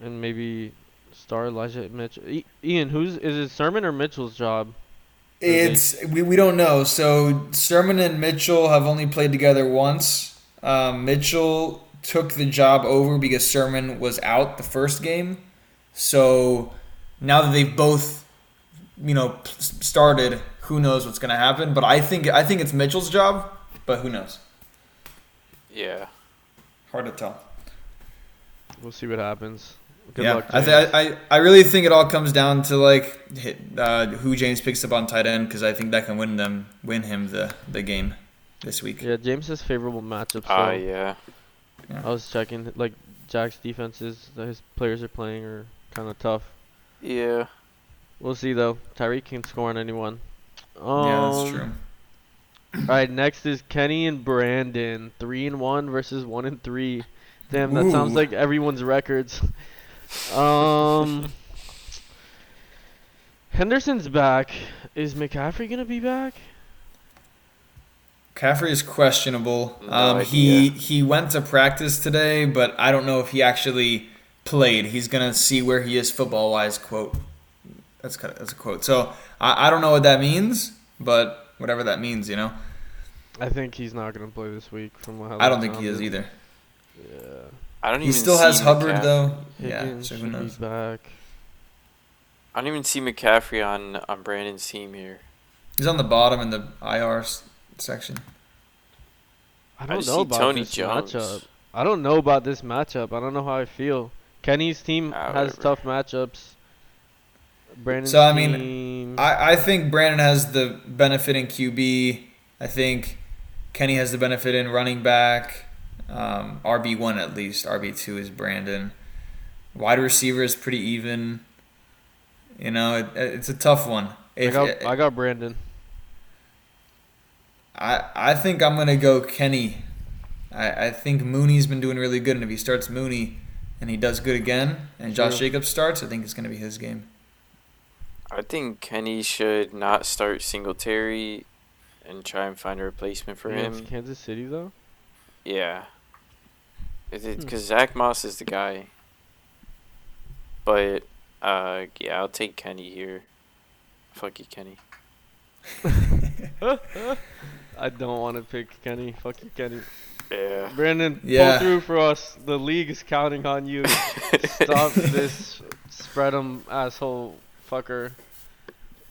Speaker 1: and maybe start Elijah Mitchell. I- Ian, who's is it Sermon or Mitchell's job?
Speaker 3: It's we, we don't know. So Sermon and Mitchell have only played together once. Um, Mitchell took the job over because Sermon was out the first game. So now that they've both, you know, p- started, who knows what's gonna happen? But I think I think it's Mitchell's job. But who knows?
Speaker 2: Yeah.
Speaker 3: Hard to tell.
Speaker 1: We'll see what happens. Good
Speaker 3: yeah,
Speaker 1: luck.
Speaker 3: I,
Speaker 1: James.
Speaker 3: th- I I really think it all comes down to like hit, uh, who James picks up on tight end because I think that can win them win him the the game this week.
Speaker 1: yeah, James has favorable matchups.
Speaker 2: Ah,
Speaker 1: though.
Speaker 2: yeah.
Speaker 1: I was checking like Jack's defenses that his players are playing are kind of tough.
Speaker 2: Yeah.
Speaker 1: We'll see though. Tyreek can score on anyone. Um,
Speaker 3: yeah, that's true.
Speaker 1: All right, next is Kenny and Brandon, three and one versus one and three. Damn, that sounds
Speaker 3: Ooh.
Speaker 1: like everyone's records. Um, Henderson's back. Is McCaffrey gonna be back?
Speaker 3: Caffrey is questionable.
Speaker 2: No
Speaker 3: um, he
Speaker 2: idea.
Speaker 3: he went to practice today, but I don't know if he actually played. He's gonna see where he is football wise. Quote. That's kind of, that's a quote. So I, I don't know what that means, but whatever that means, you know,
Speaker 1: I think he's not gonna play this week. From what
Speaker 3: I don't think he is either.
Speaker 1: Yeah,
Speaker 2: I don't
Speaker 3: He
Speaker 2: even.
Speaker 3: still has
Speaker 2: see
Speaker 3: Hubbard
Speaker 2: McCaff-
Speaker 3: though. Yeah,
Speaker 1: Higgins
Speaker 3: so who
Speaker 1: should be
Speaker 3: knows?
Speaker 1: back.
Speaker 2: I don't even see McCaffrey on on Brandon's team here.
Speaker 3: He's on the bottom in the IR s- section.
Speaker 1: I
Speaker 2: I
Speaker 1: don't
Speaker 2: just
Speaker 1: know
Speaker 2: see
Speaker 1: about
Speaker 2: Tony
Speaker 1: this
Speaker 2: Jones.
Speaker 1: matchup. I don't know about this matchup. I don't know how I feel. Kenny's team
Speaker 2: Ah,
Speaker 1: has
Speaker 2: whatever.
Speaker 1: tough matchups. Brandon's
Speaker 3: I mean,
Speaker 1: team.
Speaker 3: I, I think Brandon has the benefit in QB. I think Kenny has the benefit in running back. Um, RB1 at least. RB2 is Brandon. Wide receiver is pretty even. You know, it, it's a tough one.
Speaker 1: I
Speaker 3: If,
Speaker 1: got I got Brandon.
Speaker 3: I, I think I'm going to go Kenny. I, I think Mooney's been doing really good, and if he starts Mooney and he does good again, and Josh
Speaker 1: True.
Speaker 3: Jacobs starts, I think it's going to be his game.
Speaker 2: I think Kenny should not start Singletary, and try and find a replacement for
Speaker 1: Against
Speaker 2: him.
Speaker 1: Kansas City though.
Speaker 2: Yeah. Is it
Speaker 1: Hmm.
Speaker 2: because Zach Moss is the guy? But uh, yeah, I'll take Kenny here. Fuck you, Kenny.
Speaker 1: I don't want to pick Kenny. Fuck you, Kenny.
Speaker 2: Yeah.
Speaker 1: Brandon, pull
Speaker 3: Yeah.
Speaker 1: through for us. The league is counting on you. Stop this spread 'em asshole fucker.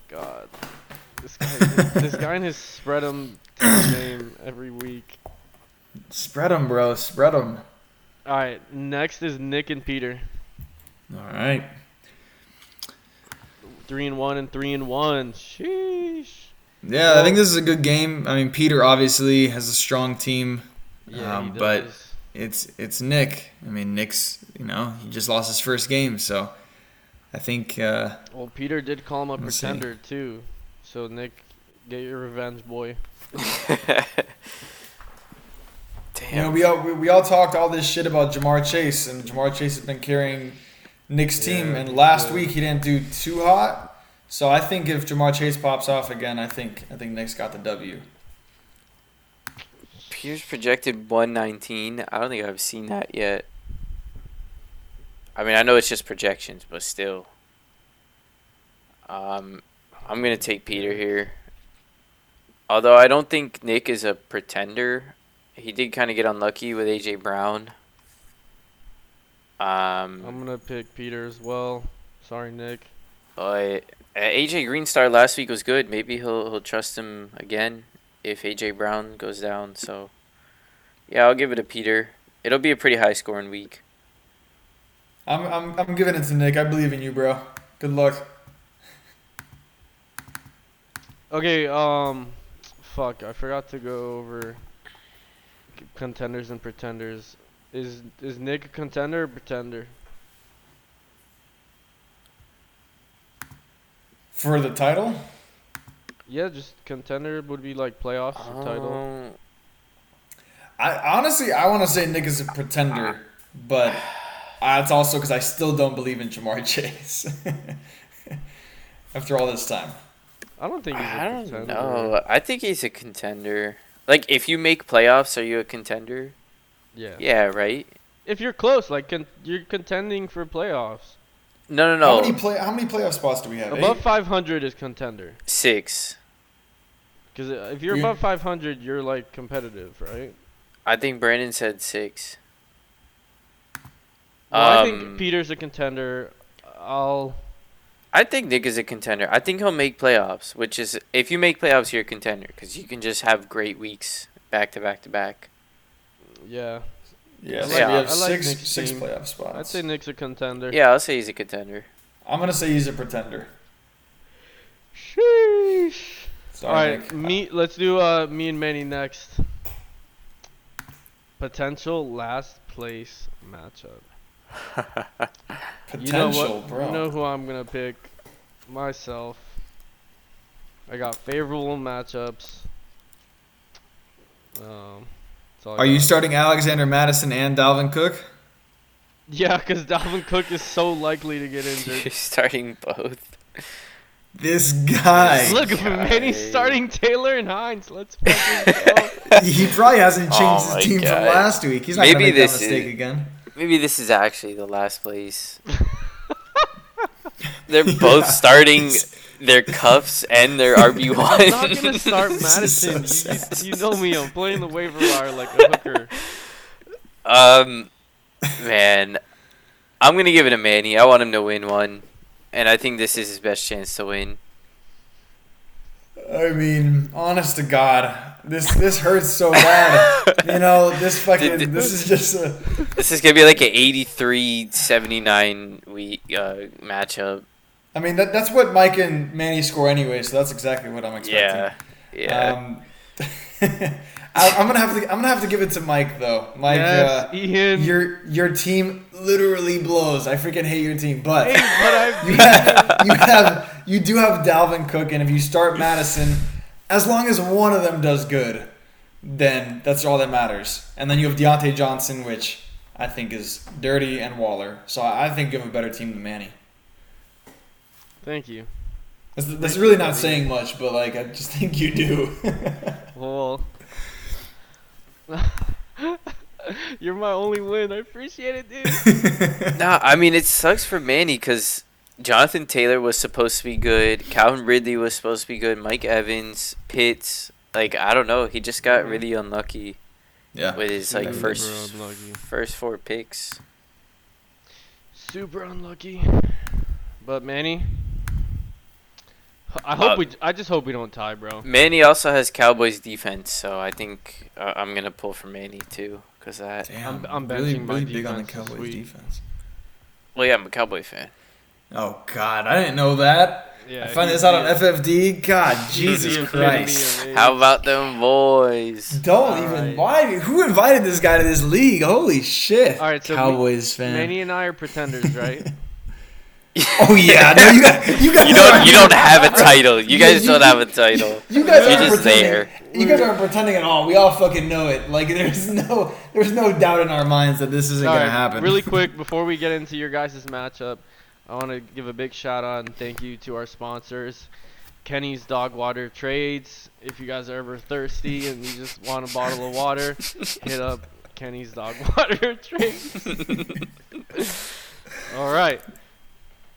Speaker 1: God. This guy, this guy and his spread 'em team name every week.
Speaker 3: Spread them, bro. Spread them.
Speaker 1: All right, next is Nick and Peter.
Speaker 3: All right.
Speaker 1: Three and one and three and one. Sheesh.
Speaker 3: Yeah,
Speaker 1: Well-
Speaker 3: I think this is a good game. I mean, Peter obviously has a strong team. Um, but- It's it's Nick. I mean, Nick's you know he just lost his first game, so I think uh,
Speaker 1: but well, Peter did call him a
Speaker 3: Let's see.
Speaker 1: pretender too. So Nick, get your revenge, boy.
Speaker 3: you know
Speaker 2: Damn.
Speaker 3: we all we, we all talked all this shit about Jamar Chase, and Jamar Chase has been carrying Nick's team.
Speaker 1: Yeah,
Speaker 3: And last
Speaker 1: yeah.
Speaker 3: week he didn't do too hot. So I think if Jamar Chase pops off again, I think I think Nick's got the W.
Speaker 2: Peter's projected 119. I don't think I've seen that yet. I mean, I know it's just projections, but still. Um, I'm going to take Peter here. Although I don't think Nick is a pretender. He did kind of get unlucky with A.J. Brown. Um,
Speaker 1: I'm gonna pick Peter as well. Sorry, Nick.
Speaker 2: Uh, AJ Greenstar last week was good. Maybe he'll he'll trust him again if AJ Brown goes down. So, yeah, I'll give it to Peter. It'll be a pretty high scoring week.
Speaker 3: I'm, I'm, I'm giving it to Nick. I believe in you, bro. Good luck.
Speaker 1: Okay, um, fuck, I forgot to go over c- contenders and pretenders. Is is Nick a contender or pretender?
Speaker 3: For the title?
Speaker 1: Yeah, just contender would be like playoffs or title.
Speaker 2: Um,
Speaker 3: I honestly, I want to say Nick is a pretender, but that's also because I still don't believe in Jamar Chase. After all this time,
Speaker 1: I don't think he's a
Speaker 2: I don't
Speaker 1: contender.
Speaker 2: know. I think he's a contender. Like, if you make playoffs, are you a contender?
Speaker 1: Yeah.
Speaker 2: Yeah, right.
Speaker 1: If you're close, like con- you're contending for playoffs.
Speaker 2: No,
Speaker 3: how
Speaker 2: no,
Speaker 3: many
Speaker 2: no.
Speaker 3: play how many playoff spots do we have?
Speaker 1: Above
Speaker 3: Eight?
Speaker 1: 500 is contender.
Speaker 2: Six.
Speaker 1: Because if you're
Speaker 3: You-
Speaker 1: above 500, you're like competitive, right?
Speaker 2: I think Brandon said six.
Speaker 1: Well, I
Speaker 2: Um,
Speaker 1: think Peter's a contender. I'll.
Speaker 2: I think Nick is a contender. I think he'll make playoffs, which is if you make playoffs, you're a contender because you can just have great weeks back to back to back.
Speaker 1: Yeah.
Speaker 3: Yeah, so
Speaker 2: Yeah,
Speaker 3: we have
Speaker 1: I like
Speaker 3: six
Speaker 1: Nick's
Speaker 3: six
Speaker 1: team.
Speaker 3: playoff spots.
Speaker 1: I'd say Nick's a contender.
Speaker 2: Yeah, I'll say he's a contender.
Speaker 3: I'm gonna say he's a pretender.
Speaker 1: Sheesh. All
Speaker 3: Sorry,
Speaker 1: right,
Speaker 3: Nick.
Speaker 1: me. Let's do uh, me and Manny next. Potential last place matchup.
Speaker 3: potential,
Speaker 1: you know what?
Speaker 3: bro.
Speaker 1: You know who I'm gonna pick? Myself. I got favorable matchups. Um. that's all I
Speaker 3: Are you
Speaker 1: got.
Speaker 3: starting Alexander Madison and Dalvin Cook?
Speaker 1: Yeah, because Dalvin Cook is so likely to get
Speaker 2: You're
Speaker 1: injured.
Speaker 2: starting both.
Speaker 3: This guy,
Speaker 1: Look,
Speaker 2: God.
Speaker 1: Manny's starting Taylor and Hines. Let's fucking go.
Speaker 3: he probably hasn't changed
Speaker 2: Oh my
Speaker 3: his team
Speaker 2: God.
Speaker 3: from last week. He's not
Speaker 2: Maybe
Speaker 3: gonna make that
Speaker 2: this
Speaker 3: mistake
Speaker 2: is-
Speaker 3: again.
Speaker 2: Maybe this is actually the last place. They're both starting
Speaker 3: It's-
Speaker 2: their cuffs and their RB
Speaker 1: I'm not gonna
Speaker 2: one.
Speaker 1: start
Speaker 3: This is so
Speaker 1: Madison.
Speaker 3: sad.
Speaker 1: you, you, you know me. I'm playing the waiver wire like a hooker.
Speaker 2: Um, man, I'm gonna give it to Manny. I want him to win one, and I think this is his best chance to win.
Speaker 3: I mean, honest to God, this this hurts so bad. you know, this
Speaker 2: Did-
Speaker 3: fucking
Speaker 2: did-
Speaker 3: this is just a
Speaker 2: This is gonna be like an 83-79 week uh, matchup.
Speaker 3: I mean, that, that's what Mike and Manny score anyway, so that's exactly what I'm
Speaker 2: Yeah,
Speaker 3: expecting.
Speaker 2: yeah.
Speaker 3: Um, I, I'm gonna have to. I'm gonna have to give it to Mike though. Mike,
Speaker 1: yes,
Speaker 3: uh,
Speaker 1: Ian.
Speaker 3: your your team literally blows. I freaking hate your team, but
Speaker 1: Hey, but I
Speaker 3: you have, you have you do have Dalvin Cook, and if you start Madison, as long as one of them does good, then that's all that matters. And then you have Deontay Johnson, which I think is dirty, and Waller. So I I think you have a better team than Manny.
Speaker 1: Thank you.
Speaker 3: That's, that's really not saying much, but like I just think you do.
Speaker 1: Well, you're my only win. I appreciate it, dude.
Speaker 2: Nah, I mean it sucks for Manny because Jonathan Taylor was supposed to be good. Calvin Ridley was supposed to be good. Mike Evans, Pitts. Like I don't know. He just
Speaker 3: Mm-hmm.
Speaker 2: got really unlucky
Speaker 3: yeah.
Speaker 2: with his like
Speaker 1: Yeah,
Speaker 2: first
Speaker 1: bro, unlucky.
Speaker 2: first four picks.
Speaker 1: Super unlucky. But Manny, I hope
Speaker 2: Uh,
Speaker 1: we. I just hope we don't tie, bro.
Speaker 2: Manny also has Cowboys defense, so I think uh, I'm gonna pull for Manny too. Cause that.
Speaker 1: I'm- I'm really- benching my really big on the defense this Cowboys week.
Speaker 3: defense.
Speaker 2: Well, yeah, I'm a Cowboy fan.
Speaker 3: Oh God, I didn't know that.
Speaker 1: Yeah.
Speaker 3: I found this out on FFD. God, Jesus Christ.
Speaker 2: How about them boys?
Speaker 3: Don't even. Why? Who invited this guy to this league? Holy shit!
Speaker 1: All right, so
Speaker 3: Cowboys fan.
Speaker 1: Manny and I are pretenders, right?
Speaker 3: Oh yeah, no, you got you guys.
Speaker 2: You
Speaker 3: are-
Speaker 2: don't. You don't have a title. You guys don't have a title.
Speaker 3: You guys
Speaker 2: You're
Speaker 3: aren't
Speaker 2: just
Speaker 3: pretending.
Speaker 2: there.
Speaker 3: You guys aren't pretending at all. We all fucking know it. Like there's no, there's no doubt in our minds that this isn't
Speaker 1: All
Speaker 3: gonna
Speaker 1: right,
Speaker 3: happen.
Speaker 1: Really quick, before we get into your guys' matchup, I want to give a big shout out and thank you to our sponsors, Kenny's Dog Water Trades. If you guys are ever thirsty and you just want a bottle of water, hit up Kenny's Dog Water Trades. All right.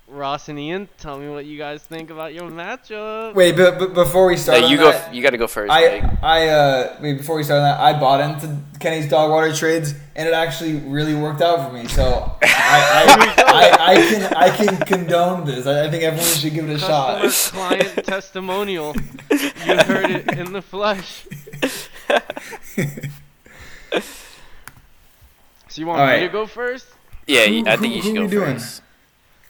Speaker 1: Ross and Ian, tell me what you guys think about your matchup.
Speaker 3: Wait, but, but before we start,
Speaker 2: Hey,
Speaker 3: on
Speaker 2: you go.
Speaker 3: that-
Speaker 2: f- You got to go first. Meg.
Speaker 3: I I uh wait, before we start that, I bought into Kenny's dog water trades and it actually really worked out for me. So I I, I, I can I can condone this. I, I think everyone should give it a
Speaker 1: Customer
Speaker 3: shot.
Speaker 1: client testimonial. You heard it in the flesh. So you want
Speaker 3: All
Speaker 1: me
Speaker 3: right.
Speaker 1: to go first?
Speaker 2: yeah,
Speaker 3: Who-
Speaker 2: I think
Speaker 3: who-
Speaker 2: you
Speaker 3: who
Speaker 2: should go
Speaker 3: we doing?
Speaker 2: first.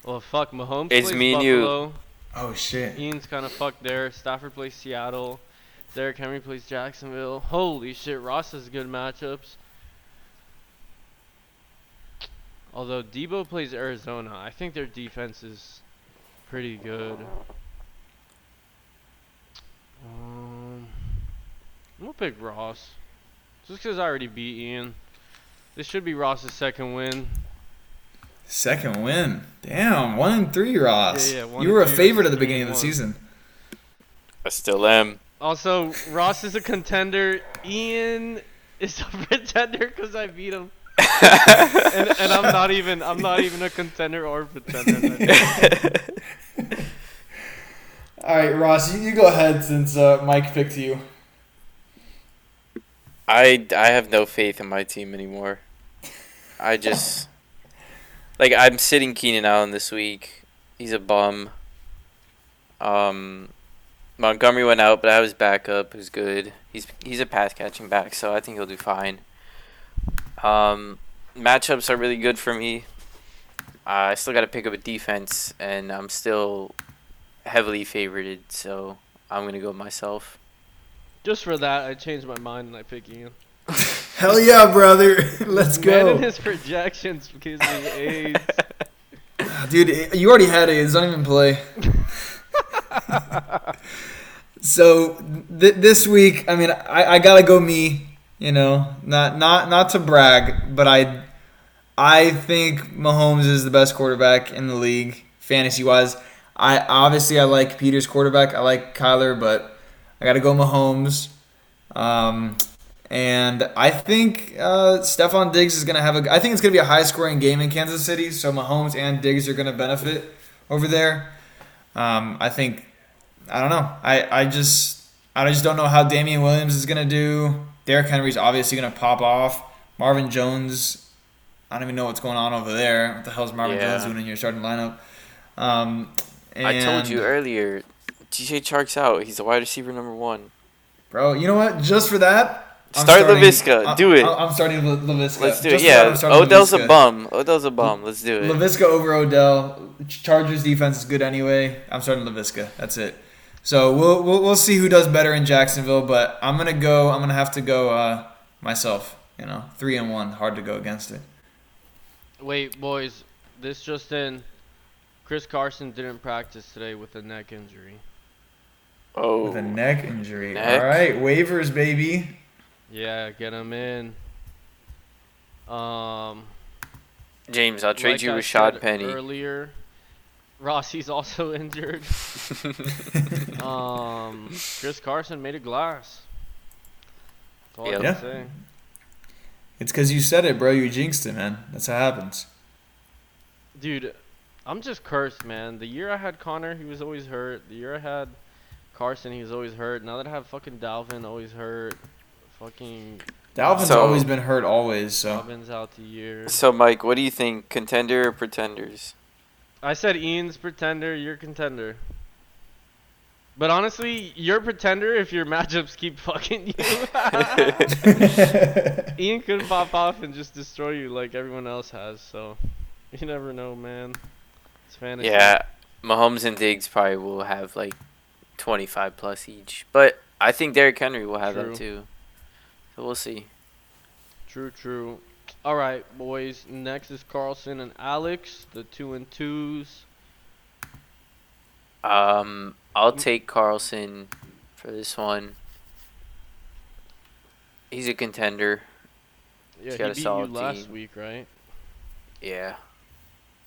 Speaker 1: Well, fuck Mahomes.
Speaker 2: It's
Speaker 1: plays
Speaker 2: me and you.
Speaker 1: Buffalo.
Speaker 3: Oh shit.
Speaker 1: Ian's kind of fucked there. Stafford plays Seattle. Derrick Henry plays Jacksonville. Holy shit, Ross has good matchups. Although Debo plays Arizona, I think their defense is pretty good. Um, I'm gonna pick Ross, just 'cause I already beat Ian. This should be Ross's second win.
Speaker 3: Second win. Damn, one and three, Ross.
Speaker 1: Yeah, yeah, one
Speaker 3: you were a
Speaker 1: and three,
Speaker 3: favorite at the
Speaker 1: three
Speaker 3: beginning of
Speaker 1: and
Speaker 3: the
Speaker 1: one.
Speaker 3: season.
Speaker 2: I still am.
Speaker 1: Also, Ross is a contender. Ian is a pretender because I beat him. and, and I'm not even I'm not even a contender or a pretender.
Speaker 3: All right, Ross, you, you go ahead since uh, Mike picked you.
Speaker 2: I I have no faith in my team anymore. I just like I'm sitting Keenan Allen this week. He's a bum. Um, Montgomery went out, but I was backup. Who's good? He's he's a pass catching back, so I think he'll do fine. Um, matchups are really good for me. Uh, I still got to pick up a defense, and I'm still heavily favorited, so I'm gonna go myself.
Speaker 1: Just for that, I changed my mind and I pick Ian.
Speaker 3: Hell yeah, brother. Let's
Speaker 1: Man and his projections gives me AIDS.
Speaker 3: Dude, you already had AIDS. Don't even play. so th- this week, I mean, I, I gotta go me. You know, not not not to brag, but I I think Mahomes is the best quarterback in the league fantasy wise. I obviously I like Peter's quarterback. I like Kyler, but I gotta go Mahomes. Um, and I think uh, Stefan Diggs is going to have a. I think it's going to be a high scoring game in Kansas City. So Mahomes and Diggs are going to benefit over there. Um, I think. I don't know. I, I just I just don't know how Damian Williams is going to do. Derrick Henry's obviously going to pop off. Marvin Jones. I don't even know what's going on over there. What the hell's Marvin
Speaker 2: Yeah.
Speaker 3: Jones doing in your starting lineup? Um,
Speaker 2: I told you
Speaker 3: and-
Speaker 2: earlier, DJ Chark's out. He's the wide receiver number one.
Speaker 3: Bro, you know what? Just for that,
Speaker 2: Start LaVisca.
Speaker 3: I-
Speaker 2: Do it.
Speaker 3: I, am starting La- LaVisca.
Speaker 2: Let's do it.
Speaker 3: Just for that,
Speaker 2: Yeah,
Speaker 3: I'm starting
Speaker 2: Odell's a
Speaker 3: LaVisca.
Speaker 2: bum. Odell's a bum. Let's do it.
Speaker 3: LaVisca over Odell. Ch- Chargers defense is good anyway. I'm starting LaVisca. That's it. So we'll, we'll we'll see who does better in Jacksonville, but I'm gonna go. I'm gonna have to go uh, myself. You know, three and one, hard to go against it.
Speaker 1: Wait, boys, this just in. Chris Carson didn't practice today with a neck injury.
Speaker 2: Oh,
Speaker 3: With a neck injury.
Speaker 2: Neck.
Speaker 3: All right, waivers, baby.
Speaker 1: Yeah, get him in. Um
Speaker 2: James, I'll trade
Speaker 1: like
Speaker 2: you
Speaker 1: I
Speaker 2: Rashad
Speaker 1: said
Speaker 2: Penny.
Speaker 1: Earlier, Rossi's also injured. um, Chris Carson made a glass. That's all I
Speaker 2: Yep.
Speaker 1: can
Speaker 3: Yeah.
Speaker 1: say.
Speaker 3: It's because you said it, bro. You jinxed it, man. That's how it happens.
Speaker 1: Dude, I'm just cursed, man. The year I had Connor, he was always hurt. The year I had Carson, he was always hurt. Now that I have fucking Dalvin, always hurt. Fucking
Speaker 3: Dalvin's
Speaker 2: So-
Speaker 3: always been hurt, always. So
Speaker 1: Robbins out the year.
Speaker 2: So, Mike, what do you think? Contender or pretenders?
Speaker 1: I said Ian's pretender, you're contender. But honestly, you're pretender if your matchups keep fucking you. Ian could pop off and just destroy you like everyone else has, so you never know, man. It's fantasy.
Speaker 2: Yeah, Mahomes and Diggs probably will have like 25 plus each, but I think Derrick Henry will have
Speaker 1: True.
Speaker 2: that too. So we'll see.
Speaker 1: True, true. All right, boys. Next is Carlson and Alex, the two and twos.
Speaker 2: Um, I'll take Carlson for this one. He's a contender.
Speaker 1: Yeah, he
Speaker 2: got a
Speaker 1: beat you
Speaker 2: solid
Speaker 1: last
Speaker 2: team.
Speaker 1: week, right?
Speaker 2: Yeah.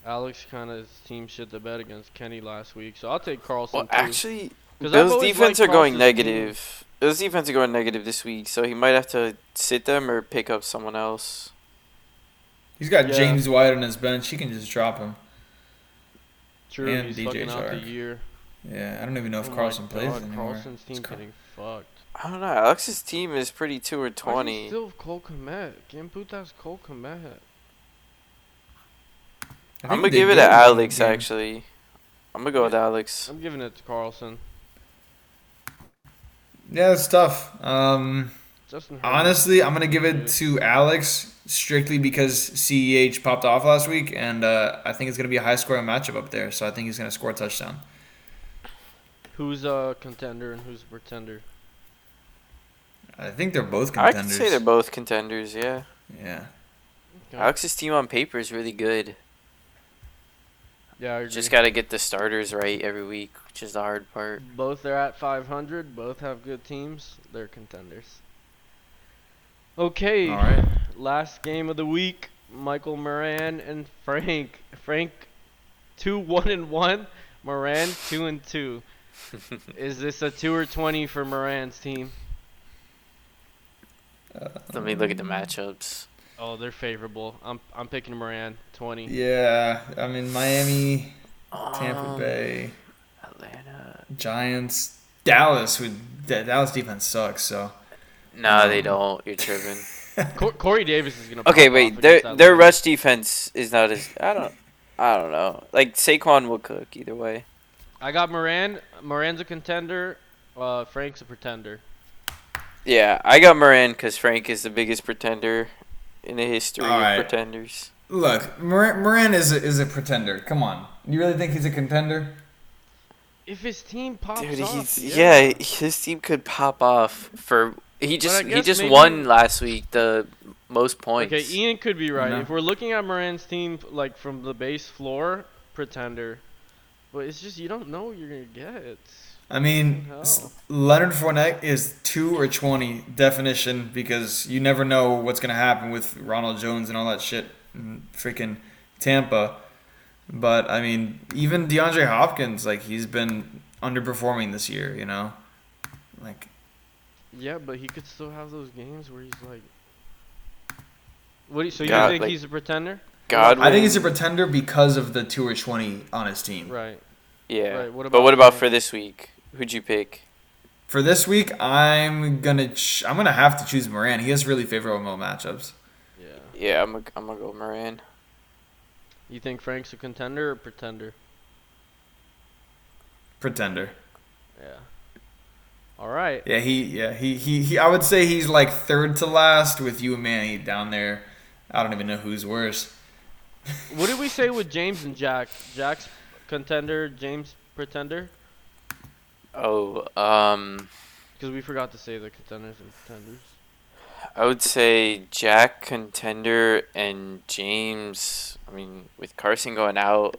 Speaker 1: Alex kind of team shit the bed against Kenny last week, so I'll take Carlson.
Speaker 2: Well,
Speaker 1: too.
Speaker 2: actually,
Speaker 1: 'Cause I've
Speaker 2: Bill's
Speaker 1: always
Speaker 2: defense are
Speaker 1: liked
Speaker 2: going
Speaker 1: Carlson's team.
Speaker 2: negative. Bill's defense are going negative this week, so he might have to sit them or pick up someone else.
Speaker 3: he's got
Speaker 1: Yeah.
Speaker 3: James White on his bench. He can just drop him.
Speaker 1: True,
Speaker 3: And
Speaker 1: he's
Speaker 3: DJ
Speaker 1: fucking out the
Speaker 3: Chark.
Speaker 1: year.
Speaker 3: Yeah, I don't even know if
Speaker 1: Oh my
Speaker 3: Carlson plays
Speaker 1: God,
Speaker 3: anymore.
Speaker 1: Carlson's
Speaker 3: It's
Speaker 1: team
Speaker 3: cr-
Speaker 1: getting fucked.
Speaker 2: I don't know. Alex's team is pretty two or
Speaker 1: Why do you
Speaker 2: twenty.
Speaker 1: Still have Cole Komet. Quien putas Cole Komet?
Speaker 3: I think
Speaker 2: I'm gonna
Speaker 3: they
Speaker 2: give it
Speaker 3: did
Speaker 2: to
Speaker 3: win one
Speaker 2: Alex.
Speaker 3: game.
Speaker 2: Actually, I'm gonna go with Alex.
Speaker 1: I'm giving it to Carlson.
Speaker 3: Yeah, it's tough. Um,
Speaker 1: Justin. Herbert.
Speaker 3: honestly, I'm gonna give it to Alex strictly because Ceh popped off last week, and uh, I think it's gonna be a high scoring matchup up there. So I think he's gonna score a touchdown.
Speaker 1: Who's a contender and who's a pretender?
Speaker 3: I think they're both
Speaker 2: I
Speaker 3: contenders.
Speaker 2: can say they're both contenders. Yeah.
Speaker 3: Yeah.
Speaker 1: Okay.
Speaker 2: Alex's team on paper is really good.
Speaker 1: Yeah, I agree.
Speaker 2: Just gotta get the starters right every week, which is the hard part.
Speaker 1: Both are at 500. Both have good teams. They're contenders. Okay.
Speaker 3: All right.
Speaker 1: Last game of the week. Michael Moran and Frank. Frank, two one and one. Moran two and two. Is this a two or twenty for Moran's team?
Speaker 2: Let me look at the
Speaker 3: Mm.
Speaker 2: matchups.
Speaker 1: Oh, they're favorable. I'm I'm picking Moran twenty.
Speaker 3: Yeah. I mean Miami, Tampa
Speaker 2: Um,
Speaker 3: Bay,
Speaker 2: Atlanta.
Speaker 3: Giants, Dallas. Who Da- Dallas defense sucks. So
Speaker 2: No,
Speaker 3: Um,
Speaker 2: they don't. You're tripping.
Speaker 1: Cor- Corey Davis is gonna.
Speaker 2: Okay,
Speaker 1: pop off
Speaker 2: wait.
Speaker 1: against
Speaker 2: Their
Speaker 1: that
Speaker 2: their
Speaker 1: line.
Speaker 2: rush defense is not as I don't I don't know. Like Saquon will cook either way.
Speaker 1: I got Moran. Moran's a contender. Uh, Frank's a pretender.
Speaker 2: Yeah, I got Moran because Frank is the biggest pretender in the history
Speaker 3: All right.
Speaker 2: of pretenders.
Speaker 3: look, Moran, Moran is a, is a pretender. Come on. You really think he's a contender?
Speaker 1: If his team pops
Speaker 2: Dude,
Speaker 1: off,
Speaker 2: he's
Speaker 1: yeah.
Speaker 2: yeah. his team could pop off for he
Speaker 1: I
Speaker 2: just he
Speaker 1: guess
Speaker 2: just
Speaker 1: maybe-
Speaker 2: won last week the most points.
Speaker 1: Okay, Ian could be right.
Speaker 3: No.
Speaker 1: If we're looking at Moran's team like from the base floor, pretender. But it's just you don't know what you're gonna get.
Speaker 3: I mean, s-
Speaker 1: No.
Speaker 3: Leonard Fournette is two or twenty definition because you never know what's gonna happen with Ronald Jones and all that shit, in freaking Tampa. But I mean, even DeAndre Hopkins, like he's been underperforming this year, you know. Like,
Speaker 1: Yeah, but he could still have those games where he's like. What do you, so you
Speaker 2: Yeah,
Speaker 1: think
Speaker 2: like-
Speaker 1: he's a pretender?
Speaker 2: Godwin.
Speaker 3: I think he's a pretender because of the two or twenty on his team.
Speaker 1: Right.
Speaker 2: yeah.
Speaker 1: right, what
Speaker 2: but
Speaker 1: about
Speaker 2: what about
Speaker 1: Frank?
Speaker 2: for this week? Who'd you pick?
Speaker 3: For this week, I'm gonna ch- I'm gonna have to choose Moran. He has really favorable matchups.
Speaker 1: Yeah.
Speaker 2: Yeah, I'm gonna I'm gonna go Moran.
Speaker 1: You think Frank's a contender or pretender?
Speaker 3: Pretender.
Speaker 1: Yeah. All right.
Speaker 3: Yeah, he yeah, he, he he I would say he's like third to last with you and Manny down there. I don't even know who's worse.
Speaker 1: What did we say with James and Jack? Jack's contender, James pretender?
Speaker 2: Oh, um,
Speaker 1: Because we forgot to say the contenders and pretenders.
Speaker 2: I would say Jack contender and James. I mean, with Carson going out,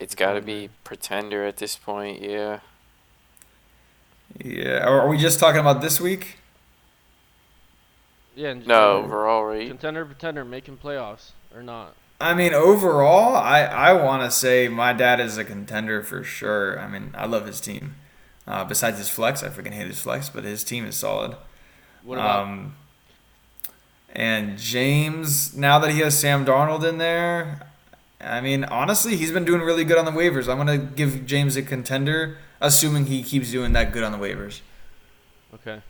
Speaker 2: it's got to be pretender at this point. Yeah.
Speaker 3: Yeah, are are we just talking about this week?
Speaker 1: Yeah. And
Speaker 2: No, overall, right?
Speaker 1: Contender, pretender, making playoffs or not?
Speaker 3: I mean, overall, I I want to say my dad is a contender for sure. I mean, I love his team. Uh, besides his flex, I freaking hate his flex, but his team is solid.
Speaker 1: What about?
Speaker 3: Um, and James, now that he has Sam Darnold in there, I mean, honestly, he's been doing really good on the waivers. I'm going to give James a contender, assuming he keeps doing that good on the waivers.
Speaker 1: okay.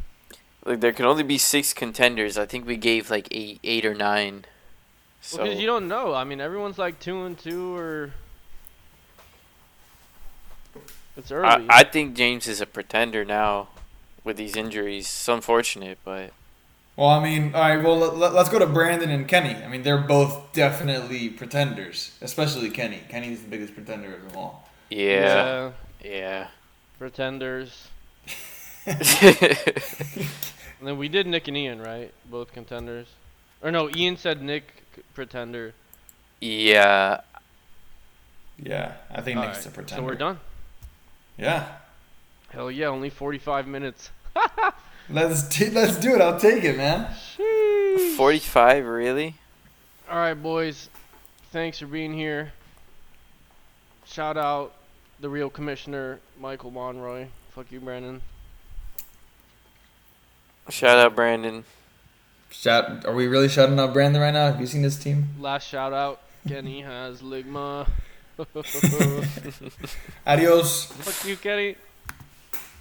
Speaker 2: Like there can only be six contenders. I think we gave like eight, eight or nine. So
Speaker 1: Because you don't know. I mean, everyone's like two and two or. It's early.
Speaker 2: I, I think James is a pretender now, with these injuries. It's unfortunate, but
Speaker 3: Well, I mean, all right, well, let, let's go to Brandon and Kenny. I mean, they're both definitely pretenders, especially Kenny. Kenny's the biggest pretender of them all.
Speaker 2: yeah,
Speaker 1: Yeah,
Speaker 2: yeah.
Speaker 1: Pretenders. And then we did Nick and Ian, right? Both contenders. Or no, Ian said Nick c- pretender.
Speaker 2: yeah.
Speaker 3: Yeah, I think
Speaker 1: All
Speaker 3: Nick's
Speaker 1: right,
Speaker 3: a pretender.
Speaker 1: So we're done.
Speaker 3: Yeah.
Speaker 1: Hell yeah, only 45 minutes.
Speaker 3: Let's, t- let's do it. I'll take it, man.
Speaker 2: Forty-five, really?
Speaker 1: All right, boys. Thanks for being here. Shout out the real commissioner, Michael Monroy. Fuck you, Brandon.
Speaker 2: Shout out Brandon.
Speaker 3: Shout, are we really shouting out Brandon right now? Have you seen this team?
Speaker 1: Last shout out, Kenny has Ligma. Fuck
Speaker 3: Adios.
Speaker 1: you, Kenny.